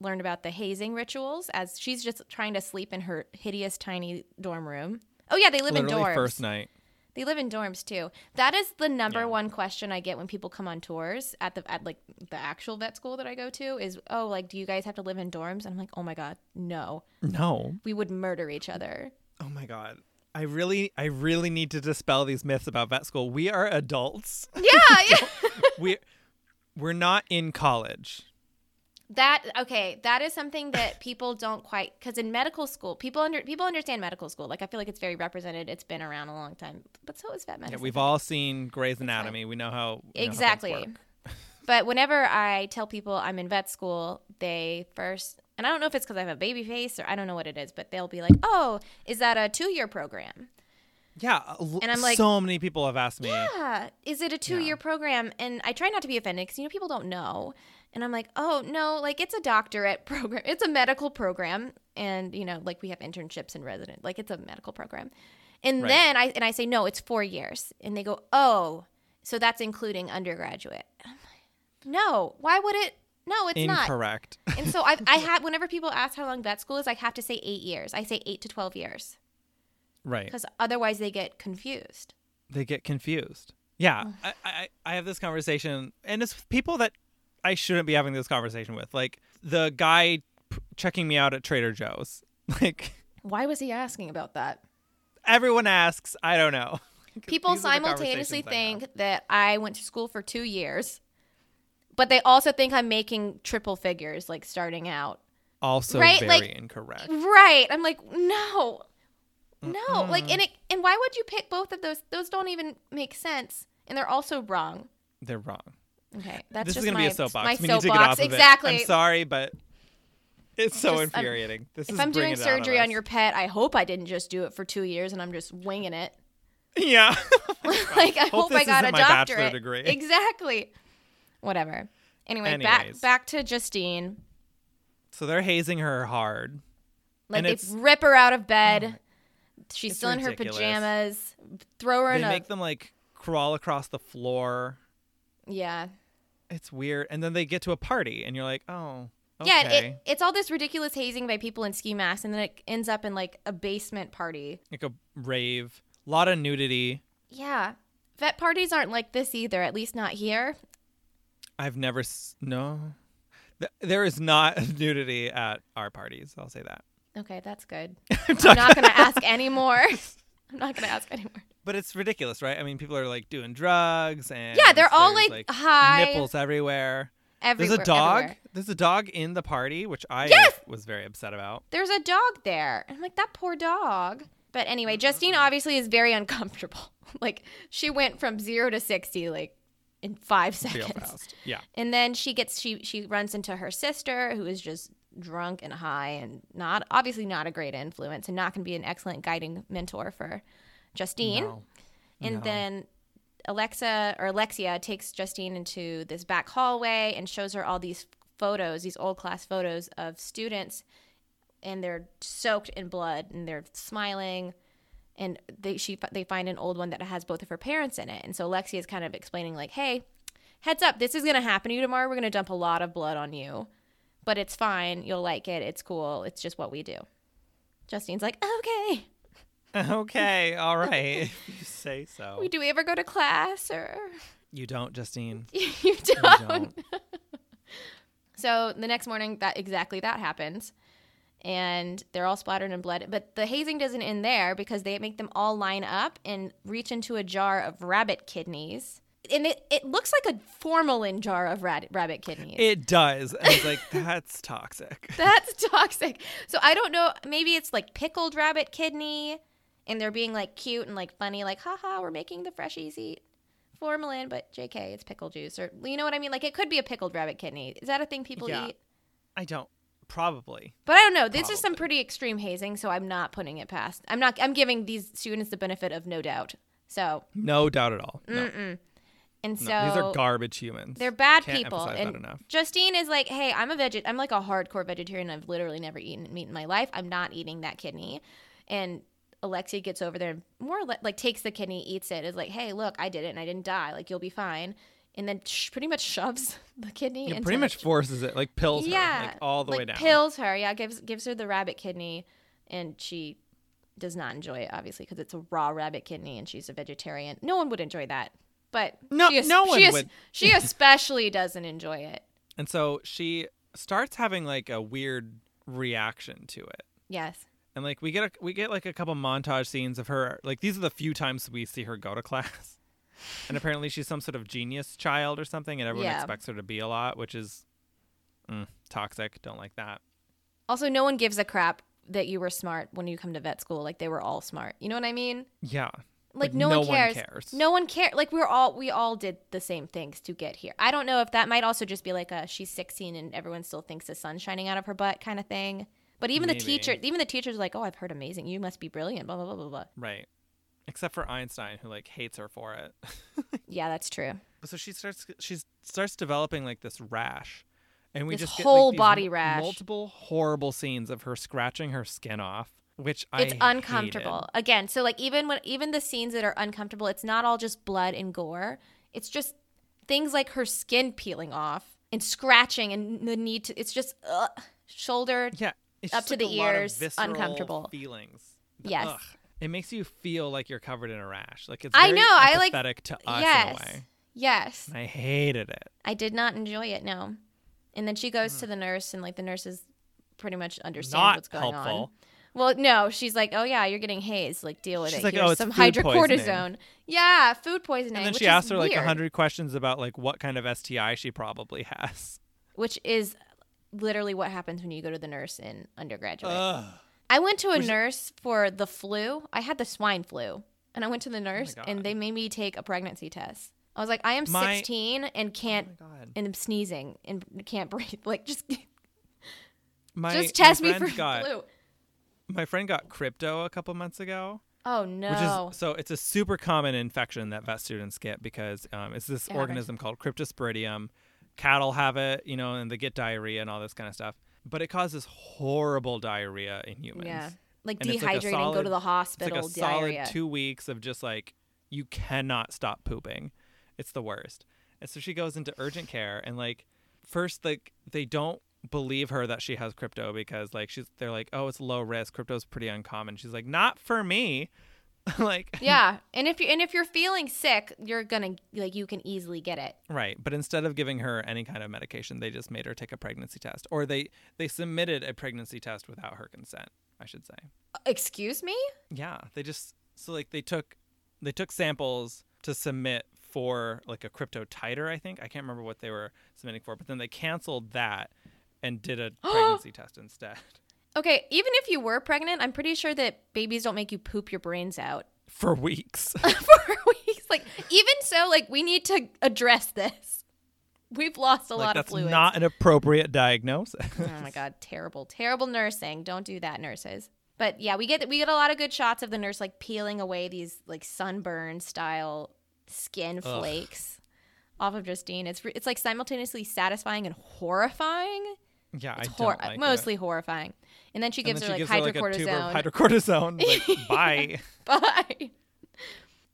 Speaker 1: learn about the hazing rituals as she's just trying to sleep in her hideous tiny dorm room. Oh yeah, they live
Speaker 2: Literally
Speaker 1: in dorms.
Speaker 2: first night.
Speaker 1: They live in dorms too. That is the number
Speaker 2: Yeah.
Speaker 1: one question I get when people come on tours at the at like the actual vet school that I go to is, "Oh, like do you guys have to live in dorms?" And I'm like, "Oh my god, no.
Speaker 2: No.
Speaker 1: We would murder each other."
Speaker 2: Oh my god. I really I really need to dispel these myths about vet school. We are adults.
Speaker 1: Yeah, yeah.
Speaker 2: we we're not in college.
Speaker 1: That okay, that is something that people don't quite cuz in medical school, people under people understand medical school. Like I feel like it's very represented. It's been around a long time. But so is vet
Speaker 2: Yeah,
Speaker 1: medicine.
Speaker 2: we've all seen Grey's Anatomy. We know how we know how things
Speaker 1: Exactly.
Speaker 2: work.
Speaker 1: But whenever I tell people I'm in vet school, they first, and I don't know if it's because I have a baby face or I don't know what it is, but they'll be like, oh, is that a two year program?
Speaker 2: Yeah, l-
Speaker 1: And I'm like-
Speaker 2: so many people have asked me.
Speaker 1: Yeah. Is it a two year program? And I try not to be offended because, you know, people don't know. And I'm like, oh, no, like it's a doctorate program, it's a medical program. And, you know, like we have internships and resident, like it's a medical program. And
Speaker 2: Right.
Speaker 1: then I, and I say, no, it's four years. And they go, oh, so that's including undergraduate. And I'm like, no, why would it? No, it's not.
Speaker 2: Incorrect.
Speaker 1: And so I've, I have, whenever people ask how long vet school is, I have to say eight years. I say eight to 12 years
Speaker 2: right.
Speaker 1: because otherwise they get confused.
Speaker 2: They get confused. Yeah. I, I I have this conversation and it's with people that I shouldn't be having this conversation with. Like the guy p- checking me out at Trader Joe's. Like
Speaker 1: Why was he asking about that?
Speaker 2: everyone asks, I don't know.
Speaker 1: People
Speaker 2: These are the
Speaker 1: simultaneously
Speaker 2: conversations
Speaker 1: think that I went to school for two years, but they also think I'm making triple figures, like starting out.
Speaker 2: also
Speaker 1: Right,
Speaker 2: very
Speaker 1: like-
Speaker 2: incorrect.
Speaker 1: Right. I'm like, no, no. Like, and it, and why would you pick both of those? Those don't even make sense. And they're also wrong.
Speaker 2: They're wrong.
Speaker 1: Okay. That's
Speaker 2: this
Speaker 1: just
Speaker 2: is gonna
Speaker 1: my,
Speaker 2: be a soapbox.
Speaker 1: my
Speaker 2: we need
Speaker 1: soapbox.
Speaker 2: to get off of it.
Speaker 1: exactly.
Speaker 2: I'm sorry, but it's so
Speaker 1: Just- I'm-
Speaker 2: infuriating. this
Speaker 1: if
Speaker 2: is
Speaker 1: I'm doing
Speaker 2: bringing it out of
Speaker 1: surgery on
Speaker 2: us.
Speaker 1: your pet, I hope I didn't just do it for two years and I'm just winging it.
Speaker 2: yeah,
Speaker 1: like I hope,
Speaker 2: Hope
Speaker 1: I
Speaker 2: this
Speaker 1: got a
Speaker 2: isn't my bachelor
Speaker 1: doctorate.
Speaker 2: degree.
Speaker 1: Exactly. Whatever. Anyway, back
Speaker 2: Anyways.
Speaker 1: back to Justine.
Speaker 2: so they're hazing her hard.
Speaker 1: Like
Speaker 2: And
Speaker 1: they
Speaker 2: it's- Oh
Speaker 1: rip her out of bed. She's
Speaker 2: It's
Speaker 1: still in her
Speaker 2: ridiculous.
Speaker 1: pajamas. Throw her
Speaker 2: They
Speaker 1: in a
Speaker 2: make them like crawl across the floor.
Speaker 1: yeah.
Speaker 2: It's weird, and then they get to a party, and you're like, oh, okay.
Speaker 1: Yeah, it, it's all this ridiculous hazing by people in ski masks, and then it ends up in like a basement party.
Speaker 2: like a rave, a lot of nudity.
Speaker 1: Yeah. Vet parties aren't like this either, at least not here.
Speaker 2: I've never s- no. Th- There is not nudity at our parties. I'll say that.
Speaker 1: Okay, that's good.
Speaker 2: I'm
Speaker 1: I'm
Speaker 2: talking-
Speaker 1: not going to ask anymore. I'm not going to ask anymore.
Speaker 2: but it's ridiculous, right? I mean, people are like doing drugs and
Speaker 1: Yeah, they're all,
Speaker 2: there's,
Speaker 1: like, high.
Speaker 2: nipples everywhere.
Speaker 1: Everywhere,
Speaker 2: there's a dog.
Speaker 1: everywhere.
Speaker 2: There's a dog in the party, which I was very upset about.
Speaker 1: There's a dog there. I'm like, that poor dog. But anyway,
Speaker 2: Mm-hmm.
Speaker 1: Justine obviously is very uncomfortable. Like, she went from zero to 60, like, in five
Speaker 2: Real
Speaker 1: seconds.
Speaker 2: fast. Yeah.
Speaker 1: And then she gets she she runs into her sister who is just drunk and high and not obviously not a great influence and not going to be an excellent guiding mentor for Justine.
Speaker 2: No.
Speaker 1: and
Speaker 2: no.
Speaker 1: then Alexa or Alexia takes Justine into this back hallway and shows her all these photos, these old class photos of students and they're soaked in blood and they're smiling and they she they find an old one that has both of her parents in it and so Alexia is kind of explaining like hey heads up this is going to happen to you tomorrow we're going to dump a lot of blood on you but it's fine you'll like it it's cool it's just what we do Justine's like okay
Speaker 2: Okay. All right. if you say so.
Speaker 1: do we ever go to class or
Speaker 2: You don't, Justine.
Speaker 1: you
Speaker 2: You
Speaker 1: don't
Speaker 2: don't.
Speaker 1: So the next morning, that exactly that happens, and they're all splattered in blood. But the hazing doesn't end there because they make them all line up and reach into a jar of rabbit kidneys, and it, it looks like a formalin jar of rad- rabbit kidneys.
Speaker 2: It does. And I was like, that's toxic.
Speaker 1: That's toxic. So I don't know. Maybe it's like pickled rabbit kidney, and they're being like cute and like funny, like haha, we're making the freshies eat formalin, but Jk, it's pickle juice, or you know what I mean. Like it could be a pickled rabbit kidney. Is that a thing people
Speaker 2: Yeah.
Speaker 1: eat?
Speaker 2: I don't. Probably.
Speaker 1: But I don't know. This is some pretty extreme hazing, so I'm not putting it past. I'm not. I'm giving these students the benefit of no doubt. So
Speaker 2: No doubt at all. No, no.
Speaker 1: and so
Speaker 2: these are garbage humans.
Speaker 1: they're bad
Speaker 2: Can't
Speaker 1: people.
Speaker 2: emphasize that
Speaker 1: And
Speaker 2: enough.
Speaker 1: Justine is like, "Hey, I'm a veget. I'm like a hardcore vegetarian. I've literally never eaten meat in my life. I'm not eating that kidney." And Alexia gets over there and more le- like takes the kidney, eats it. Is like, "Hey, look, I did it, and I didn't die. Like you'll be fine." And then sh- pretty much shoves the kidney.
Speaker 2: It
Speaker 1: into
Speaker 2: pretty
Speaker 1: the-
Speaker 2: much forces it, like pills
Speaker 1: yeah,
Speaker 2: her, like all the way
Speaker 1: like,
Speaker 2: down.
Speaker 1: Pills her, yeah, gives gives her the rabbit kidney, and she does not enjoy it obviously because it's a raw rabbit kidney and she's a vegetarian. No one would enjoy that, but
Speaker 2: No-
Speaker 1: she es-
Speaker 2: no one
Speaker 1: she es-
Speaker 2: would.
Speaker 1: she especially doesn't enjoy it.
Speaker 2: and so she starts having like a weird reaction to it.
Speaker 1: Yes,
Speaker 2: And like we get a, we get like a couple montage scenes of her. Like these are the few times we see her go to class. And apparently she's some sort of genius child or something, and everyone
Speaker 1: Yeah.
Speaker 2: expects her to be a lot, which is mm, toxic. Don't like that.
Speaker 1: also no one gives a crap that you were smart when you come to vet school. Like they were all smart. You know what I mean?
Speaker 2: Yeah.
Speaker 1: Like, no, one cares. No one cares. Like we're all we all did the same things to get here. I don't know if that might also just be like a she's 16 and everyone still thinks the sun's shining out of her butt kind of thing. But even
Speaker 2: Maybe.
Speaker 1: the teacher, even the teacher's like, "Oh, I've heard amazing. You must be brilliant." Blah blah blah blah blah.
Speaker 2: Right. Except for Einstein, who like hates her for it.
Speaker 1: Yeah, that's true.
Speaker 2: so she starts she starts developing like this rash, and we
Speaker 1: This
Speaker 2: just get,
Speaker 1: whole
Speaker 2: like, these
Speaker 1: body
Speaker 2: mul-
Speaker 1: rash.
Speaker 2: multiple horrible scenes of her scratching her skin off, which I
Speaker 1: It's
Speaker 2: hated.
Speaker 1: uncomfortable. Again, so like even when even the scenes that are uncomfortable, it's not all just blood and gore. It's just things like her skin peeling off and scratching and the need to. It's just ugh, shoulder.
Speaker 2: Yeah, it's
Speaker 1: Up
Speaker 2: just,
Speaker 1: to
Speaker 2: like,
Speaker 1: the
Speaker 2: a lot of
Speaker 1: ears,
Speaker 2: visceral
Speaker 1: uncomfortable.
Speaker 2: feelings.
Speaker 1: Yes.
Speaker 2: Ugh. It makes you feel like you're covered in a rash. Like it's
Speaker 1: I
Speaker 2: very
Speaker 1: know, I, like-
Speaker 2: empathetic to us
Speaker 1: yes.
Speaker 2: in a way.
Speaker 1: Yes.
Speaker 2: And I hated it.
Speaker 1: I did not enjoy it. No. And then she goes to the nurse, and like the nurse is pretty much understands
Speaker 2: Hmm. Not
Speaker 1: what's going on.
Speaker 2: helpful.
Speaker 1: Well, no, she's like, oh yeah, you're getting hazed. Like deal with
Speaker 2: She's
Speaker 1: it.
Speaker 2: like,
Speaker 1: Here's
Speaker 2: "Oh, it's
Speaker 1: some
Speaker 2: food
Speaker 1: hydrocortisone.
Speaker 2: poisoning."
Speaker 1: Yeah, food poisoning.
Speaker 2: And then
Speaker 1: which
Speaker 2: she
Speaker 1: is
Speaker 2: asked her like
Speaker 1: weird,
Speaker 2: a hundred questions about like what kind of STI she probably has.
Speaker 1: which is literally what happens when you go to the nurse in undergraduate.
Speaker 2: Ugh.
Speaker 1: I went to a
Speaker 2: Uh, Was it-
Speaker 1: nurse for the flu. I had the swine flu, and I went to the nurse,
Speaker 2: Oh God.
Speaker 1: and they made me take a pregnancy test. I was like, I am
Speaker 2: My-
Speaker 1: 16 and can't,
Speaker 2: Oh my god.
Speaker 1: and I'm sneezing and can't breathe. Like just,
Speaker 2: My,
Speaker 1: just test
Speaker 2: my
Speaker 1: me for
Speaker 2: friend got,
Speaker 1: flu.
Speaker 2: My friend got crypto a couple months ago,
Speaker 1: Oh
Speaker 2: which
Speaker 1: no!
Speaker 2: is so it's a super common infection that vet students get because um, it's this
Speaker 1: happens.
Speaker 2: organism called Cryptosporidium. Cattle have it, you know, and they get diarrhea and all this kind of stuff. But it causes horrible diarrhea in humans.
Speaker 1: yeah, like
Speaker 2: And it's like a
Speaker 1: dehydrating, go
Speaker 2: solid-
Speaker 1: to the
Speaker 2: It's like
Speaker 1: hospital,
Speaker 2: a solid
Speaker 1: diarrhea.
Speaker 2: two weeks of just like you cannot stop pooping. It's the worst. And so she goes into urgent care and like first like they don't believe her that she has crypto because like she's they're like, Oh, it's low risk. Crypto's pretty uncommon. She's like, Not for me. like
Speaker 1: Yeah, and if you and if you're feeling sick, you're gonna like you can easily get it.
Speaker 2: Right, but instead of giving her any kind of medication, they just made her take a pregnancy test, or they they submitted a pregnancy test without her consent. I should say.
Speaker 1: Excuse me?
Speaker 2: Yeah, they just so like they took they took samples to submit for like a crypto titer. I think I can't remember what they were submitting for, but then they canceled that and did a pregnancy test instead.
Speaker 1: Okay, even if you were pregnant, I'm pretty sure that babies don't make you poop your brains out
Speaker 2: For weeks.
Speaker 1: for weeks. Like even so, like we need to address this. We've lost a
Speaker 2: like,
Speaker 1: lot of
Speaker 2: that's
Speaker 1: fluids.
Speaker 2: not an appropriate diagnosis.
Speaker 1: oh my god, terrible, terrible nursing. Don't do that, nurses. But yeah, we get we get a lot of good shots of the nurse like peeling away these like sunburn style skin flakes off of Justine. It's re- it's like simultaneously satisfying and horrifying.
Speaker 2: yeah, I
Speaker 1: It's
Speaker 2: don't
Speaker 1: hor-
Speaker 2: like it.
Speaker 1: mostly horrifying. And then she
Speaker 2: And
Speaker 1: gives
Speaker 2: then
Speaker 1: her
Speaker 2: she
Speaker 1: like
Speaker 2: gives her, like, a tube
Speaker 1: hydrocortisone.
Speaker 2: of hydrocortisone. Like, bye.
Speaker 1: Bye.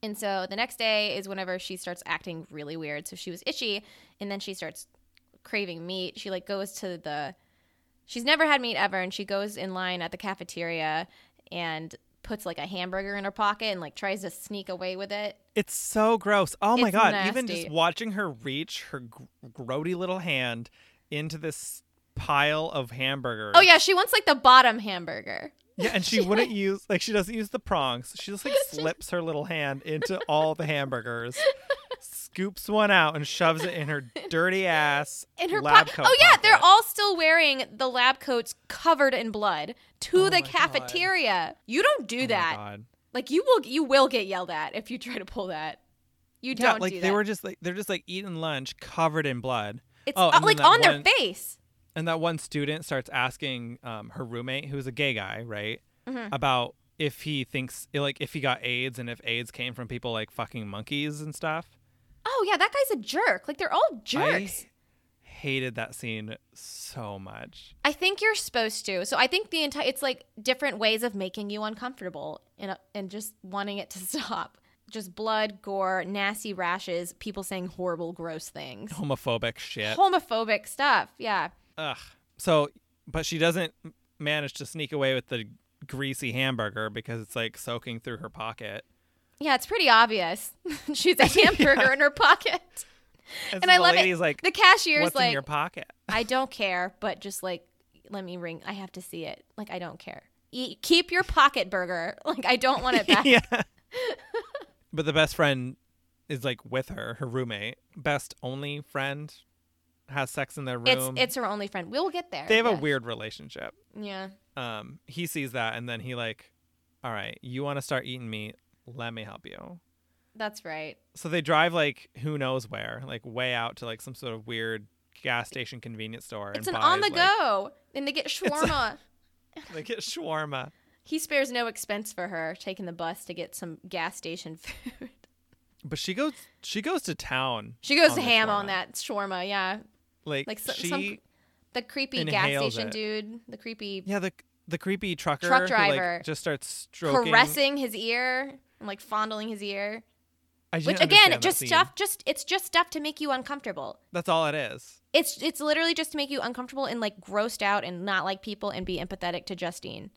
Speaker 1: And so the next day is whenever she starts acting really weird. So she was itchy and then she starts craving meat. She like goes to the she's never had meat ever and she goes in line at the cafeteria and puts like a hamburger in her pocket and like tries to sneak away with it.
Speaker 2: It's so gross. Oh my
Speaker 1: It's
Speaker 2: god! Even
Speaker 1: nasty.
Speaker 2: just watching her reach her gr- grody little hand into this pile of hamburgers.
Speaker 1: Oh yeah, she wants like the bottom hamburger.
Speaker 2: yeah, and she wouldn't use like she doesn't use the prongs. She just like slips her little hand into all the hamburgers, scoops one out, and shoves it in her dirty ass
Speaker 1: In her
Speaker 2: lab
Speaker 1: pocket.
Speaker 2: coat
Speaker 1: Oh yeah, they're
Speaker 2: pocket.
Speaker 1: all still wearing the lab coats covered in blood to
Speaker 2: Oh my
Speaker 1: the
Speaker 2: God.
Speaker 1: cafeteria. You don't do
Speaker 2: Oh my
Speaker 1: that.
Speaker 2: God.
Speaker 1: Like you will you will get yelled at if you try to pull that. You
Speaker 2: Yeah,
Speaker 1: don't
Speaker 2: like
Speaker 1: do
Speaker 2: they
Speaker 1: that.
Speaker 2: were just like they're just like eating lunch covered in blood.
Speaker 1: it's
Speaker 2: oh,
Speaker 1: uh,
Speaker 2: and then
Speaker 1: like
Speaker 2: that
Speaker 1: on
Speaker 2: one-
Speaker 1: their face.
Speaker 2: and that one student starts asking um, her roommate who's a gay guy right
Speaker 1: Mm-hmm.
Speaker 2: about if he thinks like if he got aids and if aids came from people like fucking monkeys and stuff
Speaker 1: Oh yeah, that guy's a jerk. Like they're all jerks.
Speaker 2: i hated that scene so much
Speaker 1: I, think you're supposed to. So I think the entire it's like different ways of making you uncomfortable and uh, and just wanting it to stop. Just blood, gore, nasty rashes, people saying horrible, gross things,
Speaker 2: homophobic shit
Speaker 1: homophobic stuff. Yeah.
Speaker 2: ugh so but she doesn't m- manage to sneak away with the greasy hamburger because it's like soaking through her pocket
Speaker 1: Yeah, it's pretty obvious. She's a hamburger in her pocket. And I
Speaker 2: the
Speaker 1: love
Speaker 2: lady's
Speaker 1: it.
Speaker 2: like
Speaker 1: the cashier's
Speaker 2: what's
Speaker 1: like
Speaker 2: in your pocket
Speaker 1: I don't care, but just like let me ring. I have to see it. Like I don't care. Eat, keep your pocket burger. Like I don't want it back.
Speaker 2: yeah. but the best friend is like with her, her roommate. Best only friend has sex in their
Speaker 1: It's
Speaker 2: room.
Speaker 1: it's her only friend. We'll get there.
Speaker 2: they have a
Speaker 1: yes.
Speaker 2: weird relationship.
Speaker 1: Yeah.
Speaker 2: Um, he sees that and then he like, all right, you want to start eating meat? Let me help you.
Speaker 1: That's right.
Speaker 2: So they drive like who knows where, like way out to like some sort of weird gas station convenience store.
Speaker 1: It's an
Speaker 2: and
Speaker 1: on the
Speaker 2: buys, like-
Speaker 1: go, and they get shawarma.
Speaker 2: They get shawarma.
Speaker 1: he spares no expense for her taking the bus to get some gas station food.
Speaker 2: But she goes, she goes to town.
Speaker 1: she goes
Speaker 2: on the
Speaker 1: ham on
Speaker 2: shawarma.
Speaker 1: that shawarma. Yeah,
Speaker 2: Like,
Speaker 1: like so,
Speaker 2: she,
Speaker 1: some the creepy gas
Speaker 2: inhales
Speaker 1: station
Speaker 2: it.
Speaker 1: dude, the creepy
Speaker 2: Yeah, the the creepy trucker
Speaker 1: Truck
Speaker 2: who,
Speaker 1: driver.
Speaker 2: like, just starts stroking.
Speaker 1: caressing his ear and like fondling his ear.
Speaker 2: I didn't
Speaker 1: Which
Speaker 2: understand
Speaker 1: again,
Speaker 2: that
Speaker 1: just
Speaker 2: scene.
Speaker 1: stuff. Just it's just stuff to make you uncomfortable.
Speaker 2: That's all it is.
Speaker 1: It's it's literally just to make you uncomfortable and like grossed out and not like people and be empathetic to Justine.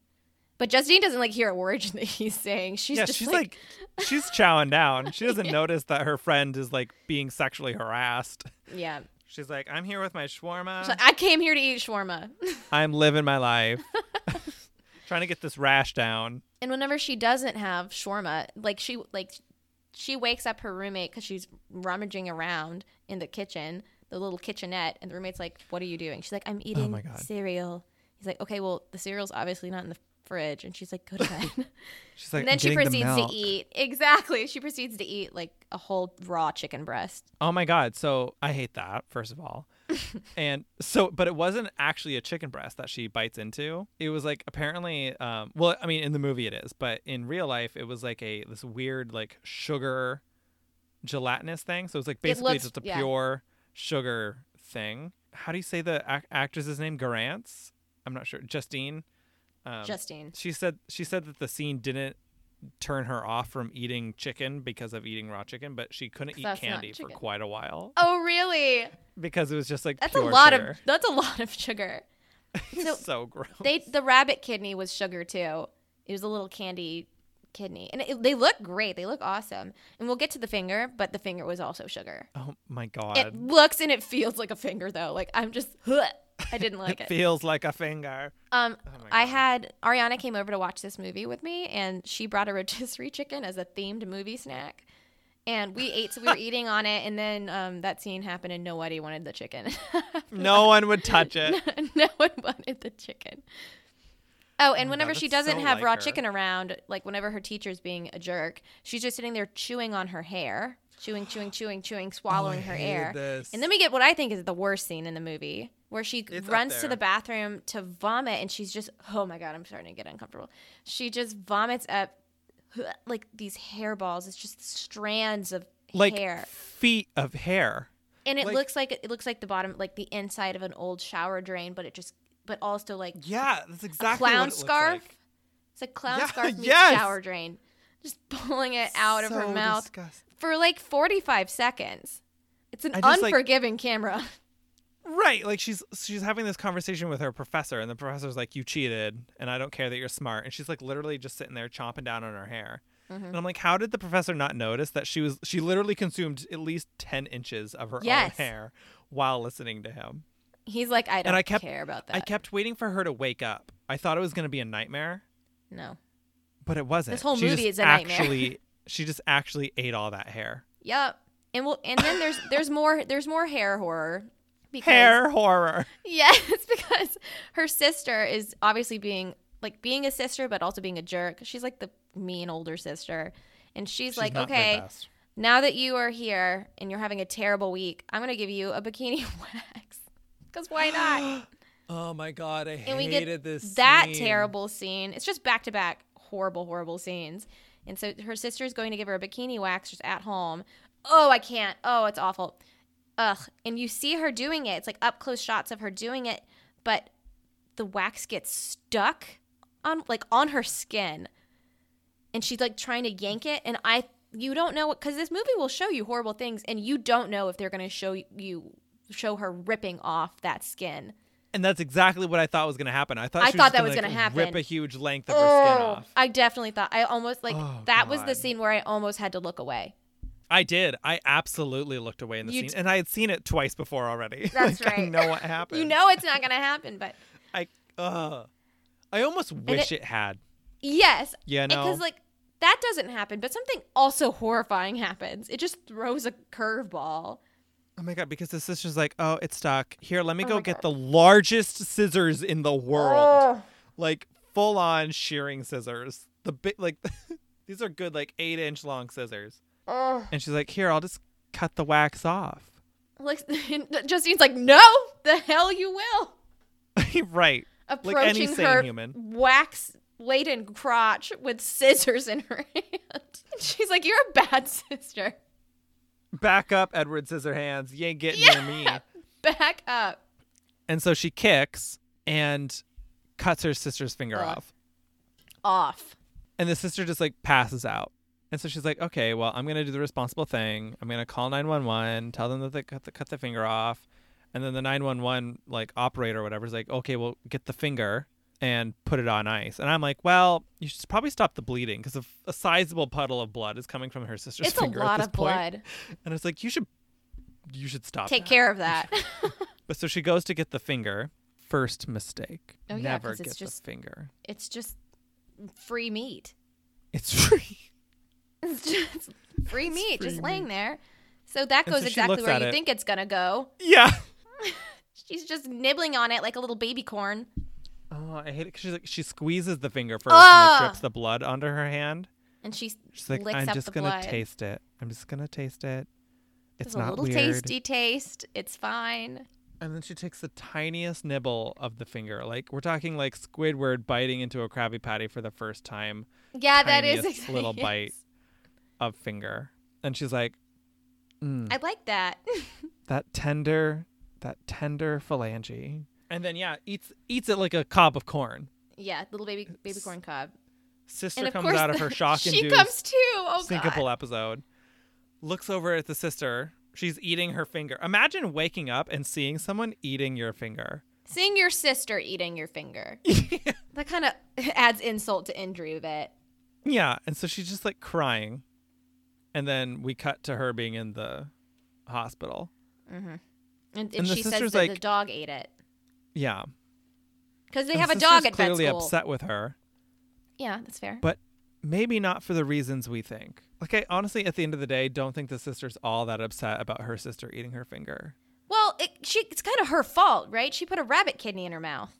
Speaker 1: But Justine doesn't like hear a word that he's saying. She's
Speaker 2: yeah,
Speaker 1: just
Speaker 2: she's
Speaker 1: like,
Speaker 2: like, she's chowing down. She doesn't notice that her friend is like being sexually harassed.
Speaker 1: yeah.
Speaker 2: She's like, um, I'm here with my shawarma.
Speaker 1: She's like, "Ah." I came here to eat shawarma.
Speaker 2: I'm living my life. Trying to get this rash down.
Speaker 1: and whenever she doesn't have shawarma, like she like she wakes up her roommate because she's rummaging around in the kitchen, the little kitchenette, and the roommate's like, "What are you doing?" She's like, "I'm eating
Speaker 2: Oh my God.
Speaker 1: cereal." He's like, "Okay, well, the cereal's obviously not in the fridge," and she's like, "Go to bed."
Speaker 2: She's like,
Speaker 1: and then
Speaker 2: "I'm
Speaker 1: she
Speaker 2: getting the
Speaker 1: proceeds to
Speaker 2: milk."
Speaker 1: eat exactly she proceeds to eat like a whole raw chicken breast
Speaker 2: Oh my god! So I hate that. First of all, and so, but it wasn't actually a chicken breast that she bites into. It was like apparently, um, well, I mean, in the movie it is, but in real life, it was like a this weird like sugar gelatinous thing. So it's like basically
Speaker 1: looks-
Speaker 2: just a
Speaker 1: yeah.
Speaker 2: pure sugar thing. How do you say the ac- actress's name? Garance? I'm not sure. Justine. Um,
Speaker 1: justine
Speaker 2: she said she said that the scene didn't turn her off from eating chicken because of eating raw chicken, but she couldn't eat
Speaker 1: That's not
Speaker 2: candy for
Speaker 1: chicken.
Speaker 2: quite a while
Speaker 1: oh really
Speaker 2: because it was just like
Speaker 1: that's a
Speaker 2: pure
Speaker 1: lot of
Speaker 2: sugar.
Speaker 1: that's a lot of sugar
Speaker 2: It's so gross.
Speaker 1: they the rabbit kidney was sugar too it was a little candy kidney. And it, they look great. They look awesome. And we'll get to the finger, but the finger was also sugar.
Speaker 2: Oh my god.
Speaker 1: It looks and it feels like a finger though. Like I'm just I didn't like it.
Speaker 2: feels like a finger.
Speaker 1: Um
Speaker 2: my
Speaker 1: I had Ariana came over to watch this movie with me and she brought a rotisserie chicken as a themed movie snack. And we ate so we were eating on it and then um, that scene happened and nobody wanted the chicken.
Speaker 2: No one would touch it.
Speaker 1: no one wanted the chicken. Oh, and
Speaker 2: my
Speaker 1: whenever
Speaker 2: God,
Speaker 1: she
Speaker 2: that's
Speaker 1: doesn't
Speaker 2: so
Speaker 1: have
Speaker 2: like
Speaker 1: raw
Speaker 2: her.
Speaker 1: chicken around, like whenever her teacher's being a jerk, she's just sitting there chewing on her hair, chewing, chewing, chewing,
Speaker 2: Oh,
Speaker 1: chewing, swallowing her
Speaker 2: hated
Speaker 1: air.
Speaker 2: this.
Speaker 1: And then we get what I think is the worst scene in the movie, where she
Speaker 2: It's up
Speaker 1: runs to
Speaker 2: there.
Speaker 1: the bathroom to vomit, and she's just, oh my God, I'm starting to get uncomfortable. She just vomits up like these hairballs. It's just strands of
Speaker 2: Like
Speaker 1: hair
Speaker 2: feet of hair.
Speaker 1: and it
Speaker 2: Like-
Speaker 1: looks like it looks like the bottom like the inside of an old shower drain but it just but also like
Speaker 2: Yeah, that's exactly
Speaker 1: clown
Speaker 2: what it
Speaker 1: scarf
Speaker 2: Looks like.
Speaker 1: it's a clown
Speaker 2: Yeah,
Speaker 1: scarf meets
Speaker 2: yes!
Speaker 1: shower drain just pulling it out of her
Speaker 2: So
Speaker 1: mouth
Speaker 2: disgust-
Speaker 1: for like 45 seconds it's an
Speaker 2: I just, like-
Speaker 1: unforgiving camera
Speaker 2: Right, like she's she's having this conversation with her professor, and the professor's like, "You cheated, and I don't care that you're smart." And she's like, literally just sitting there chomping down on her hair.
Speaker 1: Mm-hmm.
Speaker 2: And I'm like, "How did the professor not notice that she was she literally consumed at least ten inches of her
Speaker 1: Yes.
Speaker 2: own hair while listening to him?"
Speaker 1: he's like i don't
Speaker 2: I kept-
Speaker 1: care about that
Speaker 2: I kept waiting for her to wake up. I thought it was going to be a nightmare,
Speaker 1: no
Speaker 2: but it wasn't.
Speaker 1: This whole
Speaker 2: she
Speaker 1: movie
Speaker 2: just
Speaker 1: is a nightmare.
Speaker 2: Actually, she just actually ate all that hair.
Speaker 1: yep and we'll and then there's there's more there's more hair horror because
Speaker 2: Hair horror.
Speaker 1: Yes, because her sister is obviously being like being a sister, but also being a jerk. She's like the mean older sister, and she's,
Speaker 2: She's
Speaker 1: like,
Speaker 2: not the
Speaker 1: okay,
Speaker 2: best.
Speaker 1: now that you are here and you're having a terrible week, I'm gonna give you a bikini wax. Because why not?
Speaker 2: Oh my god, I
Speaker 1: And
Speaker 2: hated
Speaker 1: we get that terrible scene. It's just back to back horrible, horrible scenes. And so her sister's going to give her a bikini wax just at home. Oh, I can't. Oh, it's awful. Ugh. And you see her doing it. It's like up close shots of her doing it, but the wax gets stuck on like on her skin. And she's like trying to yank it and I you don't know cuz this movie will show you horrible things and you don't know if they're going to show you show her ripping off that skin.
Speaker 2: And that's exactly what I thought was going to happen. I thought
Speaker 1: I
Speaker 2: she
Speaker 1: thought
Speaker 2: was
Speaker 1: that
Speaker 2: gonna,
Speaker 1: was
Speaker 2: like,
Speaker 1: gonna happen.
Speaker 2: Rip a huge length of her skin off.
Speaker 1: Oh, I definitely thought I almost like
Speaker 2: Oh,
Speaker 1: that was the
Speaker 2: God.
Speaker 1: scene where I almost had to look away.
Speaker 2: I did. I absolutely looked away in the
Speaker 1: You
Speaker 2: scene,
Speaker 1: d-
Speaker 2: and I had seen it twice before already.
Speaker 1: That's
Speaker 2: Like, I
Speaker 1: right.
Speaker 2: know what happened.
Speaker 1: You know it's not gonna happen, but
Speaker 2: I. Uh, I almost wish it, had.
Speaker 1: yes,
Speaker 2: Yeah, no.
Speaker 1: because like that doesn't happen. But something also horrifying happens. It just throws a curveball.
Speaker 2: Oh my god! Because the sister's like, "Oh, it's stuck. Here, let me
Speaker 1: Oh
Speaker 2: go
Speaker 1: my
Speaker 2: get
Speaker 1: God.
Speaker 2: the largest scissors in the world, like full on shearing scissors. The big, like, these are good, like eight inch long scissors." And she's like, "Here, I'll just cut the wax off."
Speaker 1: Like Justine's like, no, the hell you will.
Speaker 2: right.
Speaker 1: Approaching
Speaker 2: Like any sane
Speaker 1: her
Speaker 2: human.
Speaker 1: wax laden crotch with scissors in her hand. She's like, you're a bad sister.
Speaker 2: Back up, Edward Scissorhands. You ain't getting near me.
Speaker 1: Back up.
Speaker 2: And so she kicks and cuts her sister's finger
Speaker 1: Ugh.
Speaker 2: off.
Speaker 1: Off.
Speaker 2: And the sister just like passes out. And so she's like, okay, well, I'm going to do the responsible thing. I'm going to call 911, tell them that they cut the, cut the finger off. And then the 911 like operator or whatever is like, okay, well, get the finger and put it on ice. And I'm like, well, you should probably stop the bleeding because a, a sizable puddle of blood is coming from her sister's
Speaker 1: It's a
Speaker 2: finger at
Speaker 1: lot
Speaker 2: this
Speaker 1: of
Speaker 2: point.
Speaker 1: blood.
Speaker 2: And it's like, you should you should stop.
Speaker 1: Take
Speaker 2: that.
Speaker 1: care of that.
Speaker 2: But so she goes to get the finger. First mistake.
Speaker 1: Oh, yeah,
Speaker 2: Never
Speaker 1: 'cause
Speaker 2: get
Speaker 1: it's just-
Speaker 2: the finger.
Speaker 1: it's just free meat.
Speaker 2: It's free.
Speaker 1: It's just free meat,
Speaker 2: free
Speaker 1: just laying there. So that
Speaker 2: And
Speaker 1: goes
Speaker 2: so she
Speaker 1: exactly
Speaker 2: looks
Speaker 1: where
Speaker 2: at
Speaker 1: you
Speaker 2: it.
Speaker 1: think it's gonna go.
Speaker 2: Yeah.
Speaker 1: She's just nibbling on it like a little baby corn.
Speaker 2: Oh, I hate it. 'cause She's like, she squeezes the finger first and like,
Speaker 1: Ah!
Speaker 2: drips the blood onto her hand.
Speaker 1: And she's
Speaker 2: She's like,
Speaker 1: licks
Speaker 2: I'm
Speaker 1: up
Speaker 2: just
Speaker 1: the
Speaker 2: gonna
Speaker 1: blood.
Speaker 2: taste it. I'm just gonna taste it. It's
Speaker 1: It's a
Speaker 2: not
Speaker 1: little
Speaker 2: weird.
Speaker 1: tasty taste. It's fine.
Speaker 2: And then she takes the tiniest nibble of the finger. Like we're talking like Squidward biting into a Krabby Patty for the first time
Speaker 1: Yeah, that is
Speaker 2: Tiniest
Speaker 1: exactly
Speaker 2: little
Speaker 1: yes.
Speaker 2: bite. of finger. And she's like, mm,
Speaker 1: I like that.
Speaker 2: that tender, that tender phalange. And then yeah, eats eats it like a cob of corn.
Speaker 1: yeah, little baby baby corn cob.
Speaker 2: Sister
Speaker 1: And of
Speaker 2: comes
Speaker 1: course,
Speaker 2: out of her shock
Speaker 1: she
Speaker 2: induced
Speaker 1: comes too. Oh
Speaker 2: syncopal
Speaker 1: god.
Speaker 2: episode. Looks over at the sister. She's eating her finger. Imagine waking up and seeing someone eating your finger.
Speaker 1: Seeing your sister eating your finger. that kind of adds insult to injury a bit.
Speaker 2: Yeah, and so she's just like crying, and then we cut to her being in the hospital.
Speaker 1: And, and,
Speaker 2: And the
Speaker 1: she says
Speaker 2: sister's
Speaker 1: that the
Speaker 2: like-
Speaker 1: dog ate it
Speaker 2: Yeah,
Speaker 1: because they
Speaker 2: And
Speaker 1: have a
Speaker 2: the
Speaker 1: dog
Speaker 2: sister's
Speaker 1: at vet
Speaker 2: clearly
Speaker 1: school.
Speaker 2: upset with her,
Speaker 1: Yeah, that's fair.
Speaker 2: but maybe not for the reasons we think. Like I honestly, at the end of the day, don't think the sister's all that upset about her sister eating her finger.
Speaker 1: well, it, she it's kind of her fault, right? She put a rabbit kidney in her mouth.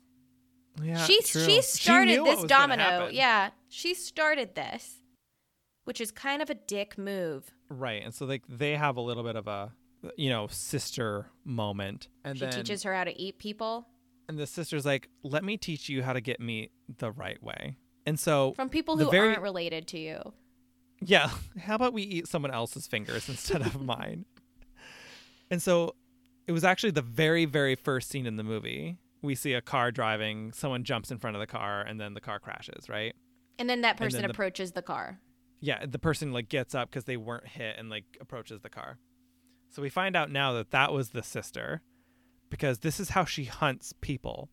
Speaker 2: Yeah,
Speaker 1: she
Speaker 2: true.
Speaker 1: she started
Speaker 2: knew what
Speaker 1: this
Speaker 2: was gonna
Speaker 1: domino.
Speaker 2: happen.
Speaker 1: Yeah, she started this, which is kind of a dick move.
Speaker 2: right. And so like they have a little bit of a you know sister moment, and
Speaker 1: She
Speaker 2: then
Speaker 1: teaches her how to eat people
Speaker 2: and the sister's like, "Let me teach you how to get meat the right way." And so
Speaker 1: from people
Speaker 2: the
Speaker 1: who
Speaker 2: very-
Speaker 1: aren't related to you.
Speaker 2: Yeah. How about we eat someone else's fingers instead of mine? And so it was actually the very, very first scene in the movie. We see a car driving, someone jumps in front of the car, and then the car crashes, right?
Speaker 1: And then that
Speaker 2: then
Speaker 1: person
Speaker 2: the-
Speaker 1: approaches the car.
Speaker 2: Yeah, the person like gets up because they weren't hit and like approaches the car. So we find out now that that was the sister because this is how she hunts people.